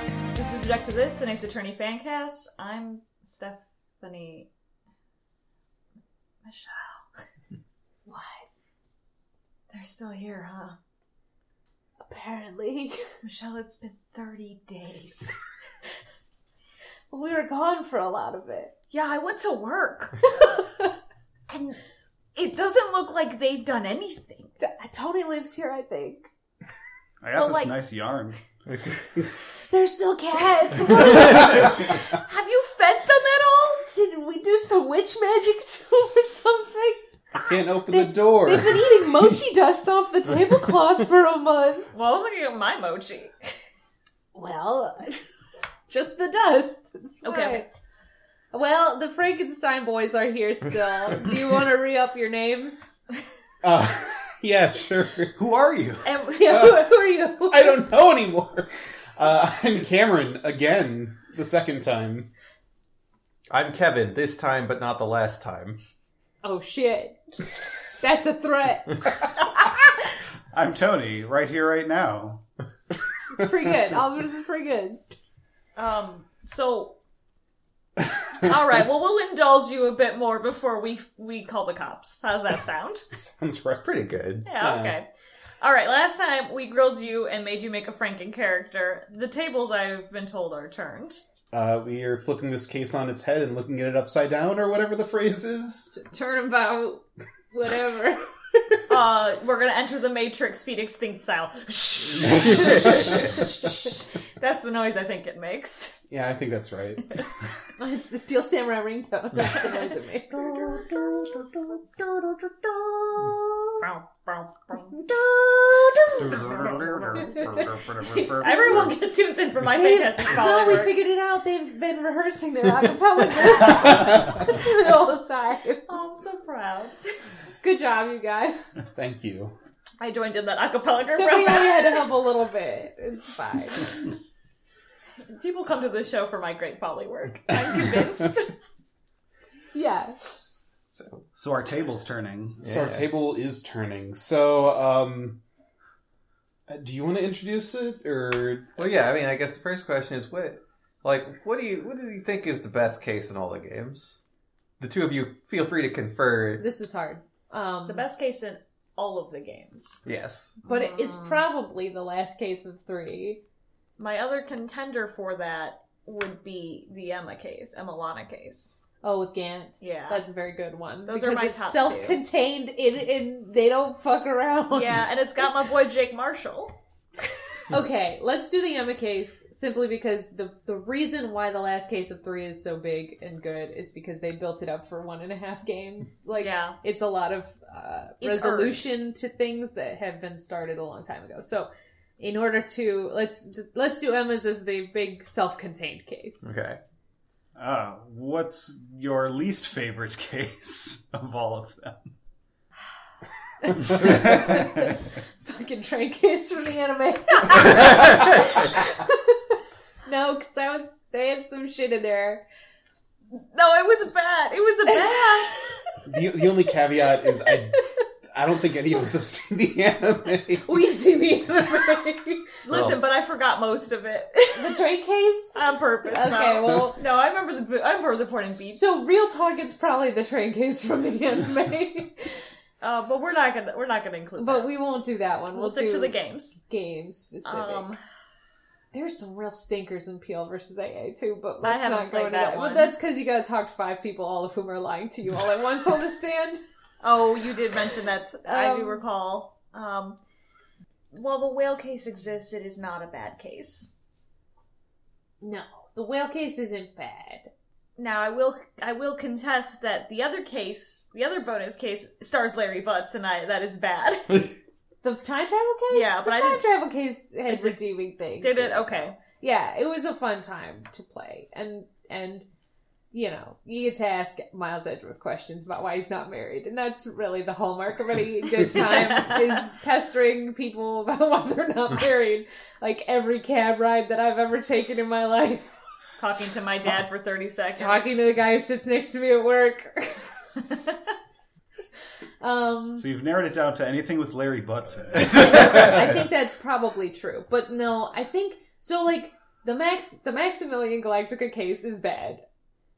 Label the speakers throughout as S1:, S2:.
S1: to Deduct to This, an Ace Attorney Fancast. I'm Stephanie. Michelle. what? They're still here, huh?
S2: Apparently,
S1: Michelle, it's been 30 days.
S2: we were gone for a lot of it.
S1: yeah, I went to work. and it doesn't look like they've done anything.
S2: T- Tony lives here, I think.
S3: I got
S1: Well,
S3: this
S1: like-
S3: nice yarn.
S2: There's still cats. What?
S1: Have you fed them at all?
S2: Did we do some witch magic to 'em or something?
S4: I can't open
S2: They-
S4: the door.
S2: They've been eating mochi dust off the tablecloth for a month.
S1: Well, I was looking at my mochi.
S2: Well, just the dust. It's
S1: Okay.
S2: fine. Well, the Frankenstein boys are here still. Do you want to re up your names?
S4: Uh, yeah, sure.
S3: Who are you?
S1: And
S2: Yeah, who, who are you?
S4: I don't know anymore. Uh, I'm Cameron again, the second time.
S5: I'm Kevin, this time but not the last time.
S2: Oh shit. That's a threat.
S3: I'm Tony, right here, right now.
S2: It's pretty good. Albus is pretty good.
S1: Um. So. All right. Well, we'll indulge you a bit more before we we call the cops. How's that sound?
S4: Sounds right.
S5: Pretty good.
S1: Yeah.
S4: Yeah.
S1: Okay. All right. Last time we grilled you and made you make a Franken character. The tables I've been told are turned.
S4: Uh, we are flipping this case on its head and looking at it upside down, or whatever the phrase is.
S2: Turnabout, whatever.
S1: Uh, we're gonna enter the Matrix Phoenix thing style. That's the noise I think it makes.
S4: Yeah, I think that's right.
S2: it's the Steel Samurai ringtone. That's the noise it makes.
S1: Bow, bow, bow.
S3: Everyone.
S1: Everyone get tunes in for my
S2: They-
S1: fantastic
S2: no, we
S1: follower.
S2: figured it out. They've been rehearsing their acapella version the whole time.
S1: oh, I'm so proud.
S2: Good job, you guys.
S4: Thank you.
S1: I joined in that acapella group.
S2: Stephanie only had to help a little bit. It's fine.
S1: People come to this show for my great folly work. I'm convinced.
S2: Yeah.
S5: So
S3: So our table's turning.
S4: So our
S5: Yeah.
S4: table is turning. So, um, uh, do you want to introduce it, or
S5: Well yeah, I mean I guess the first question is what like what do you what do you think is the best case in all the games? The two of you feel free to confer
S2: This is hard. Um,
S1: the best case in all of the games.
S5: yes.
S2: But it it's
S1: Mm.
S2: probably the last case of three.
S1: My other contender for that would be the Emma case, Emma Lana case.
S2: Oh, with Gant.
S1: Yeah.
S2: That's a very good one.
S1: Those are
S2: because
S1: my
S2: it's
S1: top two.
S2: self-contained in and they don't fuck around.
S1: yeah, and it's got my boy Jake Marshall.
S2: okay, let's do the Emma case simply because the the reason why the last case of three is so big and good is because they built it up for one and a half games. Like
S1: yeah.
S2: it's a lot of uh,
S1: It's
S2: resolution to things that have been started a long time ago. So in order to let's let's do Emma's as the big self-contained case.
S5: Okay.
S3: Uh, what's your least favorite case of all of them?
S2: fucking train kids from the anime. no, because that was they had some shit in there.
S1: No, it was bad. It was a bad.
S4: the, the only caveat is I, I don't think any of us have seen the anime.
S2: We've seen the anime.
S1: Listen,
S5: Well.
S1: but I forgot most of it
S2: the train case.
S1: on purpose.
S2: okay,
S1: no.
S2: well,
S1: no, I remember the bo- I remember the point and beats.
S2: so real talk, it's probably the train case from the anime,
S1: uh, but we're not gonna we're not gonna include.
S2: but
S1: that. Um,
S2: we won't do that one.
S1: we'll,
S2: We'll,
S1: stick
S2: do
S1: to the games.
S2: Game specific.
S1: Um,
S2: There's some real stinkers in Peel versus AA too, but
S1: I
S2: let's
S1: haven't
S2: not go
S1: played
S2: into
S1: that
S2: that.
S1: one.
S2: But that's because you got to talk to five people, all of whom are lying to you all at once on the stand.
S1: Oh, you did mention that. I do
S2: Um,
S1: recall. Um, while the whale case exists, it is not a bad case.
S2: No, the whale case isn't bad.
S1: Now, I will I will contest that the other case, the other bonus case, stars Larry Butts, and I that is bad.
S2: The time travel case?
S1: Yeah,
S2: the
S1: but I
S2: time
S1: didn't-
S2: travel case had
S1: Is it-
S2: redeeming things.
S1: Did it?
S2: in
S1: Okay.
S2: Yeah, it was a fun time to play, and and you know you get to ask Miles Edgeworth questions about why he's not married, and that's really the hallmark of any good time is pestering people about why they're not married. Like every cab ride that I've ever taken in my life,
S1: Talking to my dad for thirty seconds.
S2: talking to the guy who sits next to me at work. um,
S3: so you've narrowed it down to anything with Larry Butts in it.
S2: I think that's probably true. But no, I think so like The Max the Maximilian Galactica case is bad.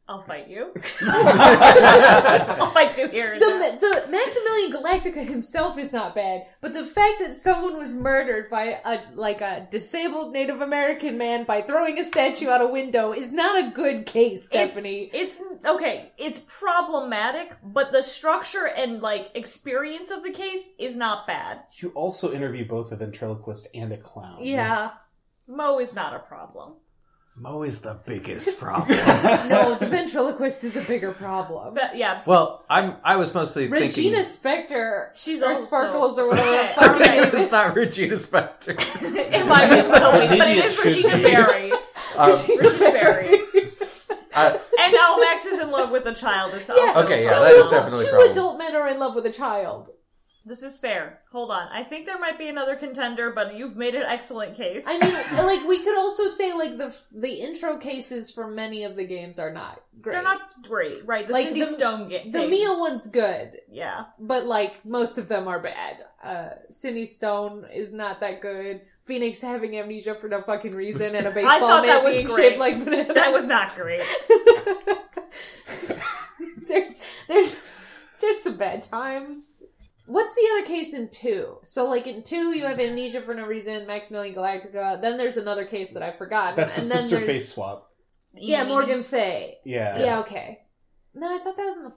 S1: I'll fight you.
S5: That's
S1: I'll fight you here. and
S2: The,
S1: now.
S2: Ma- the Maximilian Galactica himself is not bad, but the fact that someone was murdered by a like a disabled Native American man by throwing a statue out a window is not a good case, Stephanie.
S1: It's, it's okay. It's problematic, but the structure and like experience of the case is not bad.
S4: You also interview both a ventriloquist and a clown.
S2: yeah,
S1: Mo is not a problem.
S5: Mo is the biggest problem.
S2: no, the ventriloquist is a bigger problem.
S1: But yeah,
S5: well, I'm. I was mostly
S2: Regina
S5: thinking.
S2: Spector,
S1: She's
S2: or
S1: also-
S2: Sparkles or whatever the
S1: Okay,
S2: fuck her
S1: okay.
S2: name is.
S5: it's not Regina Spektor.
S1: it might be Spelling, but
S4: Maybe
S1: it
S4: it
S1: is
S4: should
S1: Regina
S4: be.
S1: Berry.
S5: Um,
S1: Regina Berry.
S5: I-
S1: And now Max is in love with a child. It's
S2: Yeah,
S1: also
S5: Okay, yeah,
S2: two
S5: that is
S2: adult-
S5: definitely a
S2: two
S5: problem.
S2: adult men are in love with a child.
S1: This is fair. Hold on. I think there might be another contender, but you've made an excellent case.
S2: I mean, like we could also say like the the intro cases for many of the games are not great.
S1: They're not great, right? The
S2: Like,
S1: Cindy
S2: the-
S1: Stone game.
S2: the Mia one's good,
S1: Yeah.
S2: but like most of them are bad. Uh, Cindy Stone is not that good. Phoenix having amnesia for no fucking reason and a baseball
S1: thought that
S2: man
S1: was
S2: being
S1: great.
S2: shaped like bananas.
S1: That was not great.
S2: there's there's there's some bad times. What's the other case in two? So like in two, you have amnesia for no reason, Maximilian Galactica. Then there's another case that I forgot.
S4: That's the
S2: and then
S4: sister
S2: there's-
S4: face swap.
S2: Yeah,
S1: Mm-hmm.
S2: Morgan Fay.
S4: Yeah.
S2: Yeah, okay. No, I thought that was in the.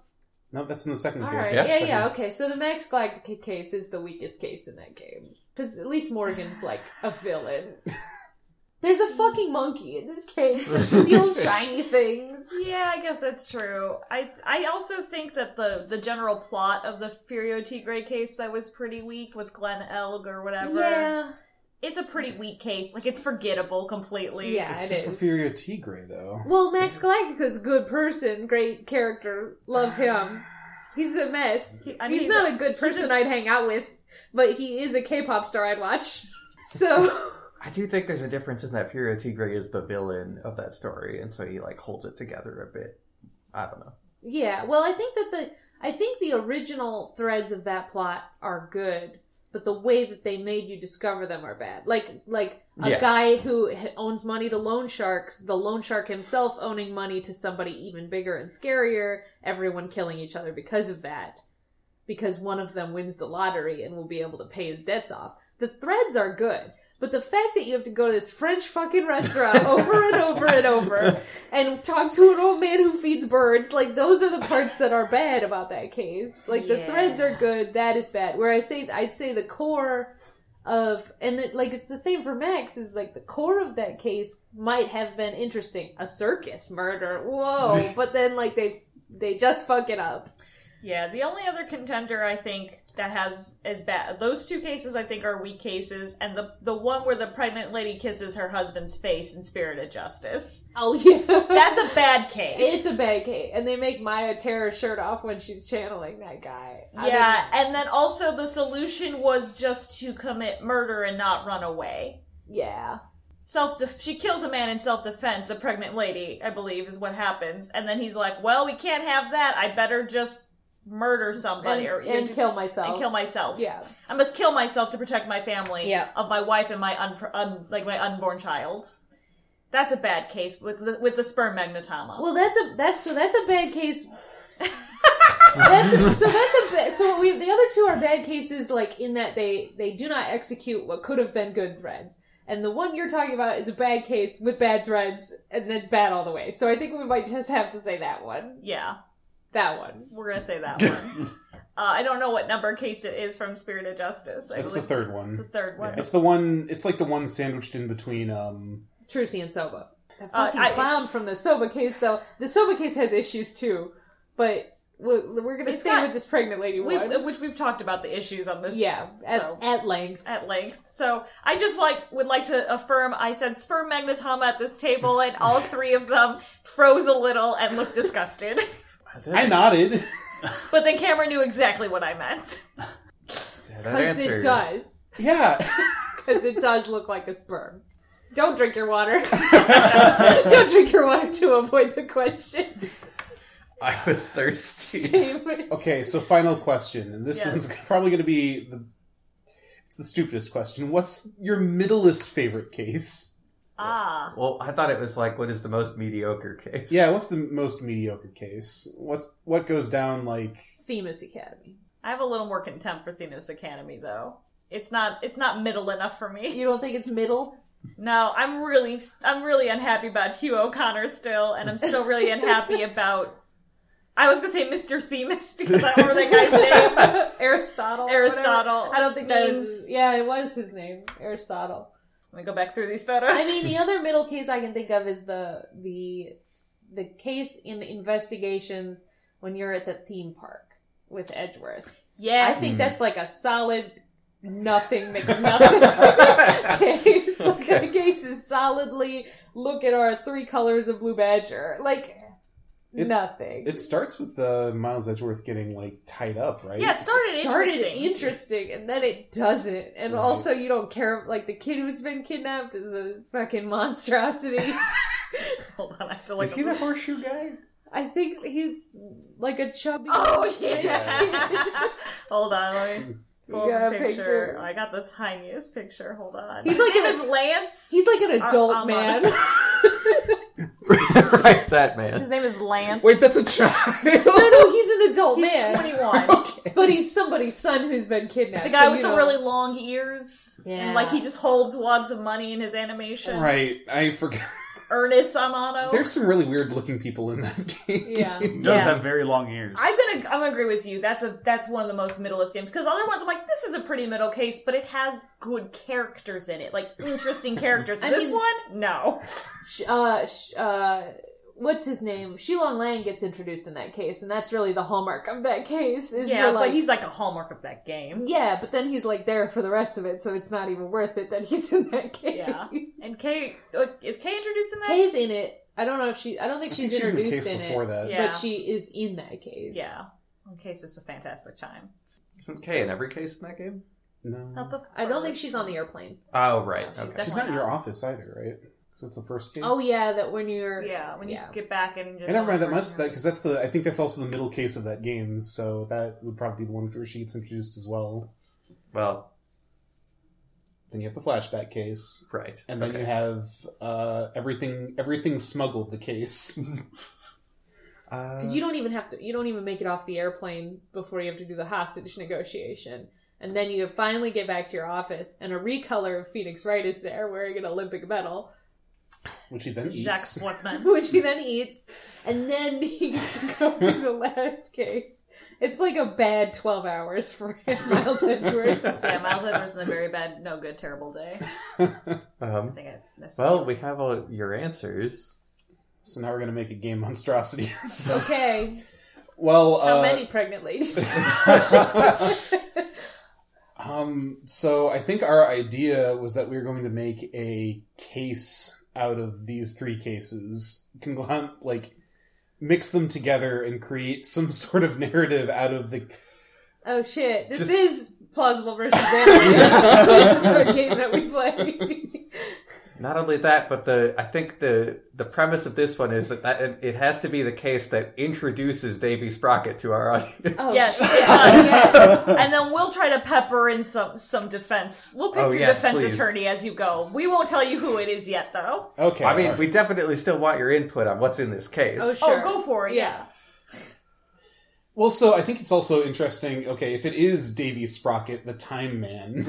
S4: No, that's in the second
S2: All
S4: case.
S2: right.
S5: Yeah.
S2: Yeah,
S4: That's
S2: yeah,
S4: the second-
S2: okay. So the Max Galactica case is the weakest case in that game. Because at least Morgan's like a villain. There's a fucking monkey in this case that steals shiny things.
S1: Yeah, I guess that's true. I I also think that the the general plot of the Furio Tigre case that was pretty weak with Glenn Elg or whatever.
S2: Yeah.
S1: It's a pretty weak case. Like it's forgettable completely.
S2: Yeah,
S4: Except
S2: it
S4: for
S2: is.
S4: Furio Tigre, though.
S2: Well, Max Galactica's a good person, great character. Love him. He's a mess.
S1: He- I mean,
S2: he's,
S1: he's
S2: not a, good
S1: he's a-
S2: person i I'd hang out with, but he is a K-pop star I'd watch. So
S5: I do think there's a difference in that Furio Tigre is the villain of that story, and so he like holds it together a bit. I don't know.
S2: Yeah, well, I think that the I think the original threads of that plot are good, but the way that they made you discover them are bad. Like like a
S5: Yeah.
S2: guy who h- owns money to loan sharks, the loan shark himself owning money to somebody even bigger and scarier, everyone killing each other because of that. Because one of them wins the lottery and will be able to pay his debts off. The threads are good, but the fact that you have to go to this French fucking restaurant over and over and over and talk to an old man who feeds birds. Like those are the parts that are bad about that case. Like the
S1: Yeah.
S2: threads are good, that is bad. Where I say I'd say the core of and it, like it's the same for Max is like the core of that case might have been interesting. A circus murder. Whoa, but then like they they just fuck it up.
S1: Yeah, the only other contender I think that has as bad those two cases I think are weak cases, and the the one where the pregnant lady kisses her husband's face in Spirit of Justice.
S2: Oh yeah.
S1: That's a bad case.
S2: It's a bad case, and they make Maya tear her shirt off when she's channeling that guy. I
S1: Yeah, and then also the solution was just to commit murder and not run away.
S2: mean, yeah,
S1: Self def- she kills a man in self defense, a pregnant lady, I believe, is what happens. And then he's like, "Well, we can't have that. I better just murder
S2: and,
S1: somebody or you know,
S2: and
S1: just-
S2: kill myself.
S1: and kill myself.
S2: Yeah,
S1: I must kill myself to protect my family
S2: Yeah.
S1: of my wife and my un- un- like my unborn child. That's a bad case with the, with the sperm magnetama.
S2: Well, that's a that's so that's a bad case. that's so that's a ba- so we the other two are bad cases like in that they they do not execute what could have been good threads. And the one you're talking about is a bad case with bad threads, and that's bad all the way. So I think we might just have to say that one.
S1: yeah,
S2: That one.
S1: we're gonna say that one. uh, I don't know what number case it is from Spirit of Justice. I
S4: It's the
S1: believe
S4: third one.
S1: It's the third one.
S4: It's the one. It's like the one sandwiched in between. Um,
S2: Trucy and Soba. That
S1: Uh,
S2: fucking
S1: I-
S2: clown from the Soba case, though. The Soba case has issues too, but we're, we're gonna
S1: It's
S2: stay
S1: got-
S2: with this pregnant lady
S1: We,
S2: one.
S1: which we've talked about the issues on this.
S2: yeah, at,
S1: so.
S2: at length.
S1: at length. So I just like would like to affirm I said sperm magnetama at this table, and all three of them froze a little and looked disgusted.
S4: I nodded.
S1: but then Cameron knew exactly what I meant.
S5: Yeah, that
S2: Because it does.
S4: yeah.
S2: because it does look like a sperm. Don't drink your water. Don't drink your water to avoid the question.
S5: I was thirsty.
S2: Jamie.
S4: Okay. So final question, and this
S1: Yes.
S4: one's probably going to be the. It's the stupidest question. What's your middleest favorite case?
S1: Ah.
S5: Well, I thought it was like, what is the most mediocre case?
S4: Yeah, what's the most mediocre case? What's what goes down like
S2: Themis Academy.
S1: I have a little more contempt for Thenos Academy though. It's not it's not middle enough for me.
S2: You don't think it's middle?
S1: No, I'm really I'm really unhappy about Hugh O'Connor still, and I'm still really unhappy about. I was gonna say Mr. Themis because I don't remember that guy's name.
S2: Aristotle.
S1: Aristotle
S2: whatever. I don't think that
S1: means-
S2: is. Yeah, it was his name, Aristotle.
S1: Let me go back through these photos.
S2: I mean, the other middle case I can think of is the the the case in investigations when you're at the theme park with Edgeworth. I
S1: yeah,
S2: think
S5: Mm.
S2: that's like a solid nothing makes nothing case. Like,
S5: Okay.
S2: The case is solidly look at our three colors of blue badger. Like
S4: It's-
S2: nothing.
S4: it starts with uh, Miles Edgeworth getting like tied up, right?
S1: yeah, it started,
S2: It started
S1: interesting.
S2: interesting. and then it doesn't. And
S4: Right.
S2: also, you don't care. Like the kid who's been kidnapped is a fucking monstrosity.
S1: Hold on, I have to
S5: Is
S1: like.
S5: he the horseshoe guy?
S2: I think he's like a chubby.
S1: Oh yeah.
S2: Yeah.
S1: Hold on, let me pull
S2: You
S1: up
S2: got
S1: a
S2: a
S1: picture. Oh,
S2: picture.
S1: I got the tiniest picture. Hold on.
S2: He's like
S1: His
S2: in
S1: name is Lance.
S2: He's like an
S1: Uh,
S2: adult
S1: I'm on
S2: man.
S1: it.
S5: right, that man.
S1: His name is Lance.
S4: Wait, that's a child.
S2: no, no, he's an adult
S1: he's
S2: man.
S1: 21.
S2: But he's somebody's son who's been kidnapped.
S1: The guy
S2: so
S1: with
S2: you
S1: the
S2: know.
S1: really long ears.
S2: Yeah.
S1: And like he just holds wads of money in his animation.
S4: right, I forgot.
S1: Ernest Amano.
S4: There's some really weird looking people in that game.
S2: Yeah.
S3: It does
S1: Yeah.
S3: have very long ears.
S1: I'm gonna I'm gonna agree with you. That's a that's one of the most middlest games. Because other ones I'm like, this is a pretty middle case, but it has good characters in it, like interesting characters.
S2: I
S1: this
S2: mean-
S1: one, no.
S2: Sh- Uh, sh- uh, what's his name? Shilong Lang gets introduced in that case, and that's really the hallmark of that case. Is
S1: Yeah,
S2: you're like,
S1: but he's like a hallmark of that game.
S2: Yeah, but then he's like there for the rest of it, so it's not even worth it that he's in that case.
S1: Yeah. And Kay uh, is Kay introduced in that?
S2: Kay's in it. I don't know if she. I don't think
S4: I
S2: she's
S4: think in the
S2: introduced
S4: case
S2: in,
S4: before
S2: it,
S4: that.
S1: Yeah.
S2: but she is in that case.
S1: yeah. And Kay's just a fantastic time.
S5: Isn't Kay in every case in that game?
S1: Not
S4: No,
S1: the
S2: I don't think she's on the airplane.
S5: Oh, right.
S1: No, she's
S5: okay.
S4: she's not in your office either, right? Because it's the first case.
S2: Oh yeah, that when you're
S1: Yeah, when you
S2: yeah.
S1: get back and just
S4: I never mind that much that because that's the I think that's also the middle case of that game, so that would probably be the one where she gets introduced as well.
S5: Well,
S4: Then you have the flashback case.
S5: right.
S4: And then
S5: okay.
S4: you have uh, everything everything smuggled the case.
S5: Uh,
S2: because you don't even have to. You don't even make it off the airplane before you have to do the hostage negotiation, and then you finally get back to your office, and a recolor of Phoenix Wright is there wearing an Olympic medal,
S4: which he then eats.
S1: Jacques Sportsman.
S2: which he then eats, and then he gets to go to the last case. It's like a bad twelve hours for Miles Edgeworth.
S1: yeah, Miles Edwards in a very bad, no good, terrible day. I
S5: um,
S1: think I missed
S5: well, we have all your answers.
S4: so now we're gonna make a game monstrosity.
S2: Okay,
S4: well,
S2: how
S4: uh,
S2: many pregnant ladies?
S4: um, so I think our idea was that we were going to make a case out of these three cases, conglom- like mix them together and create some sort of narrative out of the.
S2: Oh shit! This
S4: Just-
S2: is plausible versus animal. this is the game that we play.
S5: Not only that, but the I think the the premise of this one is that, that it- it has to be the case that introduces Davy Sprocket to our audience.
S2: Oh,
S1: Yes,
S2: shit.
S1: it does.
S4: Yes.
S1: and then we'll try to pepper in some some defense. We'll pick
S5: Oh,
S1: your
S5: yes,
S1: defense
S5: please.
S1: attorney as you go. We won't tell you who it is yet, though.
S4: Okay,
S5: I mean,
S4: alright.
S5: we definitely still want your input on what's in this case.
S2: Oh, sure.
S1: Oh, go for it. Yeah.
S4: Well, so I think it's also interesting. Okay, if it is Davy Sprocket, the Time Man,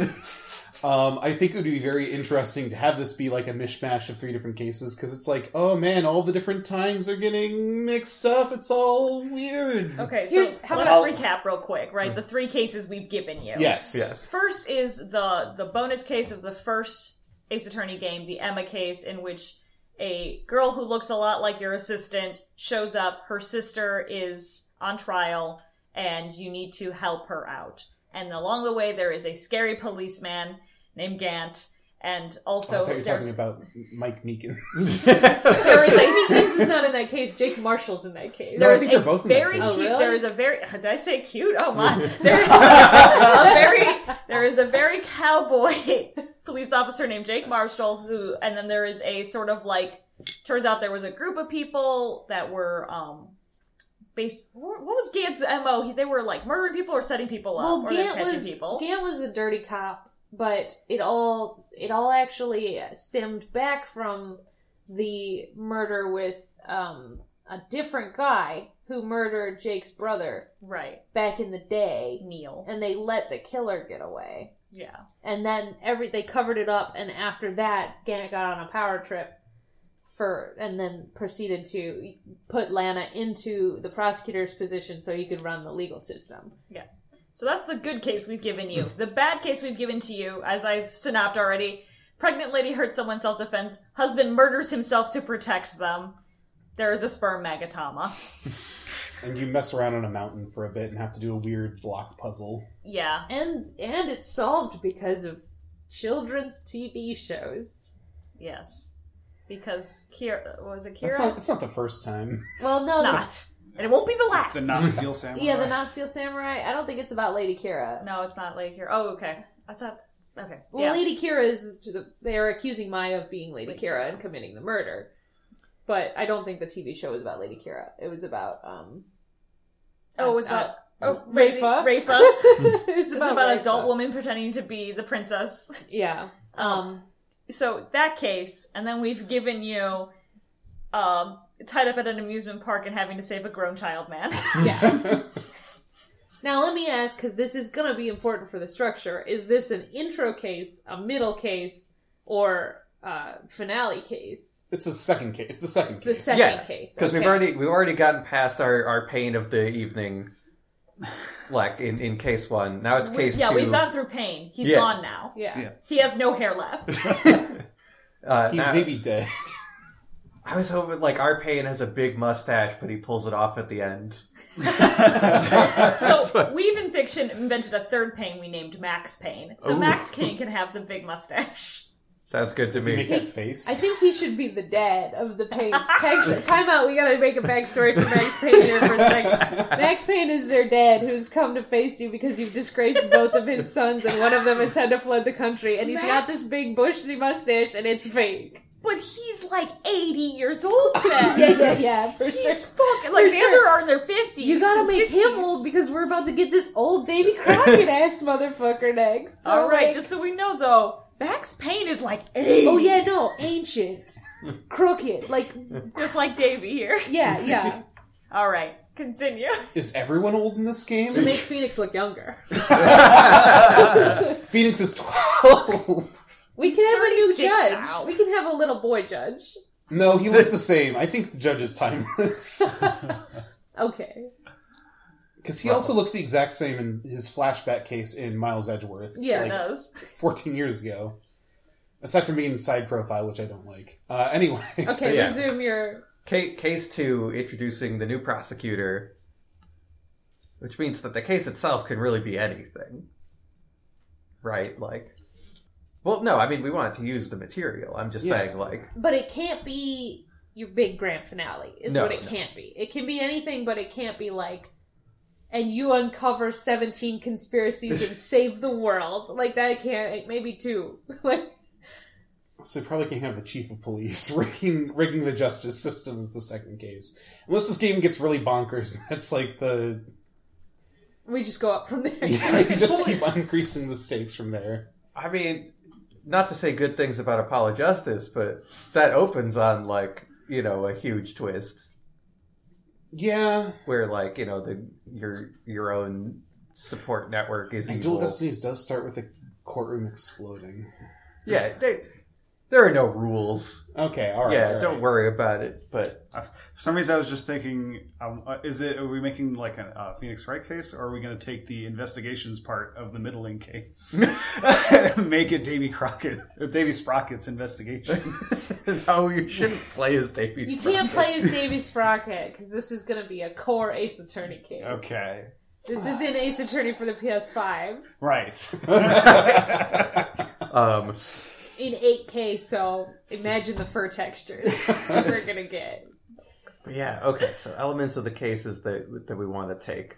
S4: um, I think it would be very interesting to have this be like a mishmash of three different cases because it's like, oh man, all the different times are getting mixed up. It's all weird.
S1: Okay, so
S2: Here's- how
S1: let's
S2: about-
S1: recap real quick,
S5: Hmm.
S1: right? The three cases we've given you.
S4: Yes.
S5: Yes.
S1: First is the the bonus case of the first Ace Attorney game, the Emma case, in which a girl who looks a lot like your assistant shows up. Her sister is on trial, and you need to help her out. And along the way, there is a scary policeman named Gant, and
S4: So Oh, I
S1: also
S4: thought you were
S1: there's
S4: talking about Mike Meekins.
S1: there is a
S2: Meekins is not in that case. Jake Marshall's in that case.
S4: No, I
S1: There's
S4: think
S1: a
S4: they're both in that
S1: very
S4: case.
S1: cute.
S2: Oh, really?
S1: There is a very. Did I say cute? Oh my! There is a very. There is a very cowboy police officer named Jake Marshall who, and then there is a sort of like. Turns out there was a group of people that were um. Based, what was Gant's mo? He- They were like murdering people or setting people up
S2: well,
S1: or
S2: Gant
S1: catching
S2: was
S1: people.
S2: Gant was a dirty cop but it all it all actually stemmed back from the murder with um, a different guy who murdered Jake's brother
S1: Right.
S2: back in the day,
S1: Neil.
S2: and they let the killer get away.
S1: Yeah.
S2: And then every they covered it up, and after that, Gannett got on a power trip for, and then proceeded to put Lana into the prosecutor's position so he could run the legal system.
S1: So that's the good case we've given you. the bad case we've given to you, as I've synopsed already, pregnant lady hurts someone self defense, husband murders himself to protect them. There is a sperm magatama.
S4: And you mess around on a mountain for a bit and have to do a weird block puzzle.
S1: Yeah.
S2: And and it's solved because of children's TV shows.
S1: Yes. Because Kira was it Kira?
S4: That's not, that's not the first time.
S2: Well, no, this-
S1: not. And it won't be the
S3: It's
S1: last.
S3: the not steel samurai.
S2: yeah, the Not Steel Samurai. I don't think it's about Lady Kira.
S1: no, it's not Lady Kira. Oh, okay. I thought okay.
S2: Well,
S1: yeah.
S2: Lady Kira is to the, they are accusing Maya of being Lady
S1: Lady
S2: Kira,
S1: Kira.
S2: and committing the murder. But I don't think the TV show was about Lady Kira. It was about um.
S1: oh, it was
S2: uh,
S1: about oh Lady-
S2: Rafa.
S1: Rafa.
S5: Hmm.
S2: it was
S1: It's about, an
S2: Rafa.
S1: adult woman pretending to be the princess.
S2: Yeah.
S5: Oh.
S2: Um.
S1: so that case, and then we've given you um, tied up at an amusement park and having to save a grown child man.
S5: Hmm.
S2: Yeah. now let me ask, because this is going to be important for the structure: is this an intro case, a middle case, or uh, finale case?
S4: It's the second case. It's the second
S2: It's the
S4: case.
S2: second
S5: Yeah,
S2: case
S5: Because we've
S2: okay.
S5: already we've already gotten past our, our pain of the evening, like in, in case one. Now it's case
S1: yeah,
S5: two.
S1: we've gone through pain. He's
S5: Yeah.
S1: gone now.
S2: Yeah.
S3: Yeah.
S1: He has no hair left.
S5: uh,
S4: He's
S5: now-
S4: maybe dead.
S5: I was hoping like our pain has a big mustache, but he pulls it off at the end.
S1: so we've in fiction invented a third pain we named Max Payne. So
S5: Ooh.
S1: Max Payne can have the big mustache.
S5: Sounds good to
S4: Does he
S5: me.
S4: make that face?
S2: I think he should be the dad of the Payne. Actually, time out. We gotta make a backstory for Max Payne here for a second. Max Payne is their dad who's come to face you because you've disgraced both of his sons, and one of them has had to flood the country, and he's got
S1: Max-
S2: this big bushy mustache, and it's fake.
S1: But he's like 80 years old then.
S2: Yeah, yeah, yeah, for sure.
S1: He's fucking like
S2: For
S1: the other
S2: sure.
S1: are in their 50s.
S2: You gotta
S1: and
S2: make
S1: 60s.
S2: him old because we're about to get this old Davy Crockett ass motherfucker next. So,
S1: All right,
S2: like-
S1: just so we know though, Max Payne is like 80.
S2: oh yeah, no, ancient, crooked, like
S1: Just like Davy here.
S2: yeah, yeah,
S1: All right, continue.
S4: Is everyone old in this game?
S2: to make Phoenix look younger.
S4: Phoenix is 12.
S2: We can have a new
S1: 36
S2: judge.
S1: now.
S2: We can have a little boy judge.
S4: no, he looks the same. I think the judge is timeless.
S2: Okay.
S4: Because he also looks the exact same in his flashback case in Miles Edgeworth.
S2: Yeah,
S1: It
S4: like
S1: does.
S4: 14 years ago. Aside from being side profile, which I don't like. Uh, anyway,
S2: Okay,
S5: Yeah.
S2: resume your
S5: Ca- Case two introducing the new prosecutor, which means that the case itself can really be anything, right? Like, well, no, I mean we want to use the material. I'm just
S4: Yeah.
S5: saying, like,
S2: but it can't be your big grand finale is
S5: No,
S2: what it
S5: no.
S2: can't be. It can be anything, but it can't be like and you uncover seventeen conspiracies and save the world. Like that can't it maybe two. Like
S4: so we probably can't have the chief of police rigging, rigging the justice system is the second case. Unless this game gets really bonkers, that's like the.
S2: we just go up from there.
S4: Yeah, you just keep on increasing the stakes from there.
S5: I mean, not to say good things about Apollo Justice, but that opens on like you know a huge twist
S4: Yeah,
S5: where like you know the your your own support network is
S4: and
S5: evil.
S4: Dual Destinies does start with a courtroom exploding.
S5: Yeah, they, there are no rules.
S4: Okay, all right.
S5: yeah,
S4: all right.
S5: don't worry about it. But
S3: I- For some reason, I was just thinking: um, uh, Is it? Are we making like a uh, Phoenix Wright case, or are we going to take the investigations part of the middling case, make it Davy Crockett, or Davy Sprocket's investigations?
S5: no, you shouldn't play as Davy.
S2: You
S5: Crockett.
S2: can't play as Davy Sprocket because this is going to be a core Ace Attorney case.
S3: okay,
S2: This is an Ace Attorney for the PS5
S3: right.
S5: Um,
S2: in 8K, so imagine the fur textures that we're gonna get.
S5: but yeah, okay. So elements of the cases that that we want to take.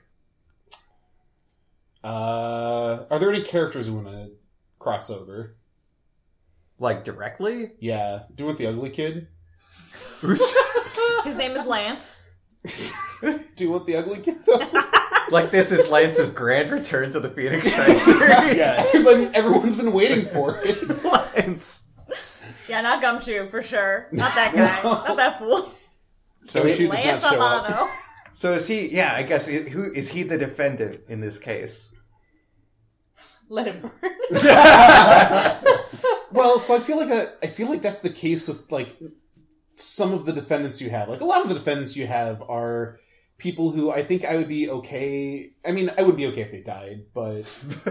S4: Uh, are there any characters we want to cross over?
S5: Like directly?
S4: Yeah, do with the ugly kid.
S1: His name is Lance.
S4: Do with the ugly kid.
S5: Like this is Lance's grand return to the Phoenix Wright series.
S3: Yes.
S4: But everyone's been waiting for it.
S5: Lance.
S1: Yeah, not Gumshoe for sure. Not that guy. Not that fool.
S5: So
S4: Gumshoe
S5: he-
S4: does not
S1: Lance
S4: show up.
S1: Amano.
S5: So is he? Yeah, I guess i- who is he the defendant in this case?
S2: Let him burn.
S4: Well, so I feel like that. I feel like that's the case with like some of the defendants you have. Like a lot of the defendants you have are people who I think I would be okay. I mean, I would be okay if they died, but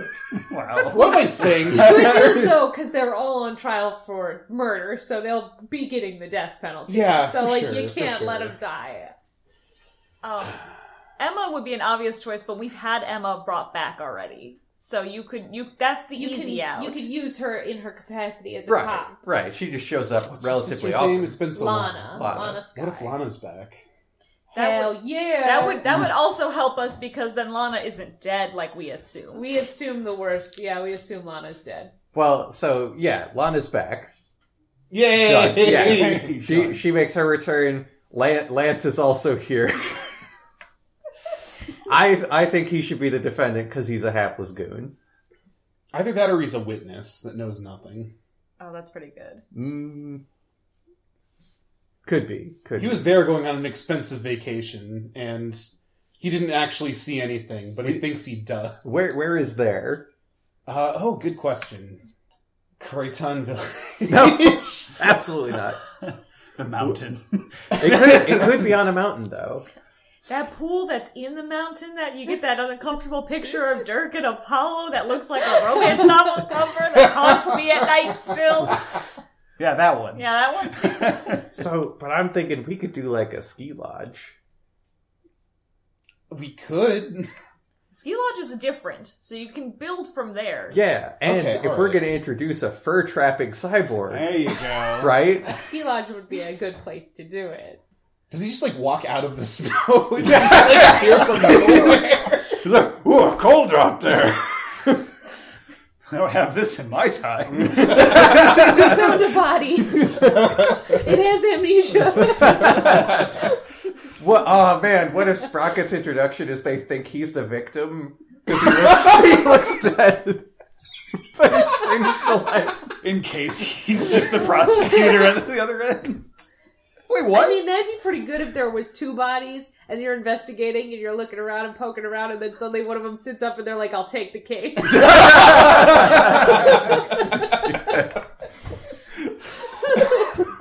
S3: Wow.
S4: what am I saying?
S2: Good news though, because they're all on trial for murder, so they'll be getting the death penalty.
S4: Yeah,
S2: so
S4: for
S2: like
S4: sure,
S2: you
S4: for
S2: can't
S4: sure.
S2: let them die.
S1: Um, Emma would be an obvious choice, but we've had Emma brought back already, so you could you that's the
S2: You
S1: easy
S2: can
S1: out.
S2: you can use her in her capacity as a
S5: Right,
S2: cop.
S5: right. She just shows up
S4: What's her
S5: relatively
S4: sister's
S5: often.
S4: Name? It's been so
S2: Lana,
S5: Lana.
S2: Lana,
S5: What
S2: Sky.
S4: long. What if Lana's back?
S1: That
S2: Hell yeah!
S1: that would that would also help us because then Lana isn't dead like we assume.
S2: We assume the worst. Yeah, we assume Lana's dead.
S5: Well, so yeah, Lana's back.
S4: Yay!
S5: Done. Yeah,
S3: Done.
S5: she she makes her return. Lan- Lance is also here. I I think he should be the defendant because he's a hapless goon.
S4: Either that or he's a witness that knows nothing.
S1: Oh, that's pretty good.
S5: Mm. Could be. Could
S4: He
S5: be.
S4: was there going on an expensive vacation and he didn't actually see anything, but he thinks he does.
S5: Where where is there?
S4: Uh, oh, good question. Creighton Village.
S5: No, absolutely not.
S3: The mountain.
S5: It could, it could be on a mountain though.
S1: That pool that's in the mountain that you get that uncomfortable picture of Dirk and Apollo that looks like a romance novel cover that haunts me at night still.
S3: yeah, that one.
S1: Yeah, that one.
S5: So, but I'm thinking we could do like a ski lodge.
S4: we could.
S1: Ski lodge is different, so you can build from there.
S5: Yeah, and
S4: Okay,
S5: if
S4: all
S5: we're
S4: right.
S5: going to introduce a fur trapping cyborg,
S3: There you go.
S5: right?
S2: A ski lodge would be a good place to do it.
S4: Does he just like walk out of the snow? He just, like, appear from nowhere?
S5: like, ooh, cold out there.
S3: I don't have this in my time.
S2: Soda body. it has amnesia.
S5: What? Oh man, what if Sprocket's introduction is they think he's the victim because he, looks- he looks dead, but he springs to life.
S3: In case he's just the prosecutor at the other end.
S4: Wait,
S2: I
S4: what?
S2: mean, that'd be pretty good if there was two bodies and you're investigating and you're looking around and poking around, and then suddenly one of them sits up and they're like, "I'll take the case."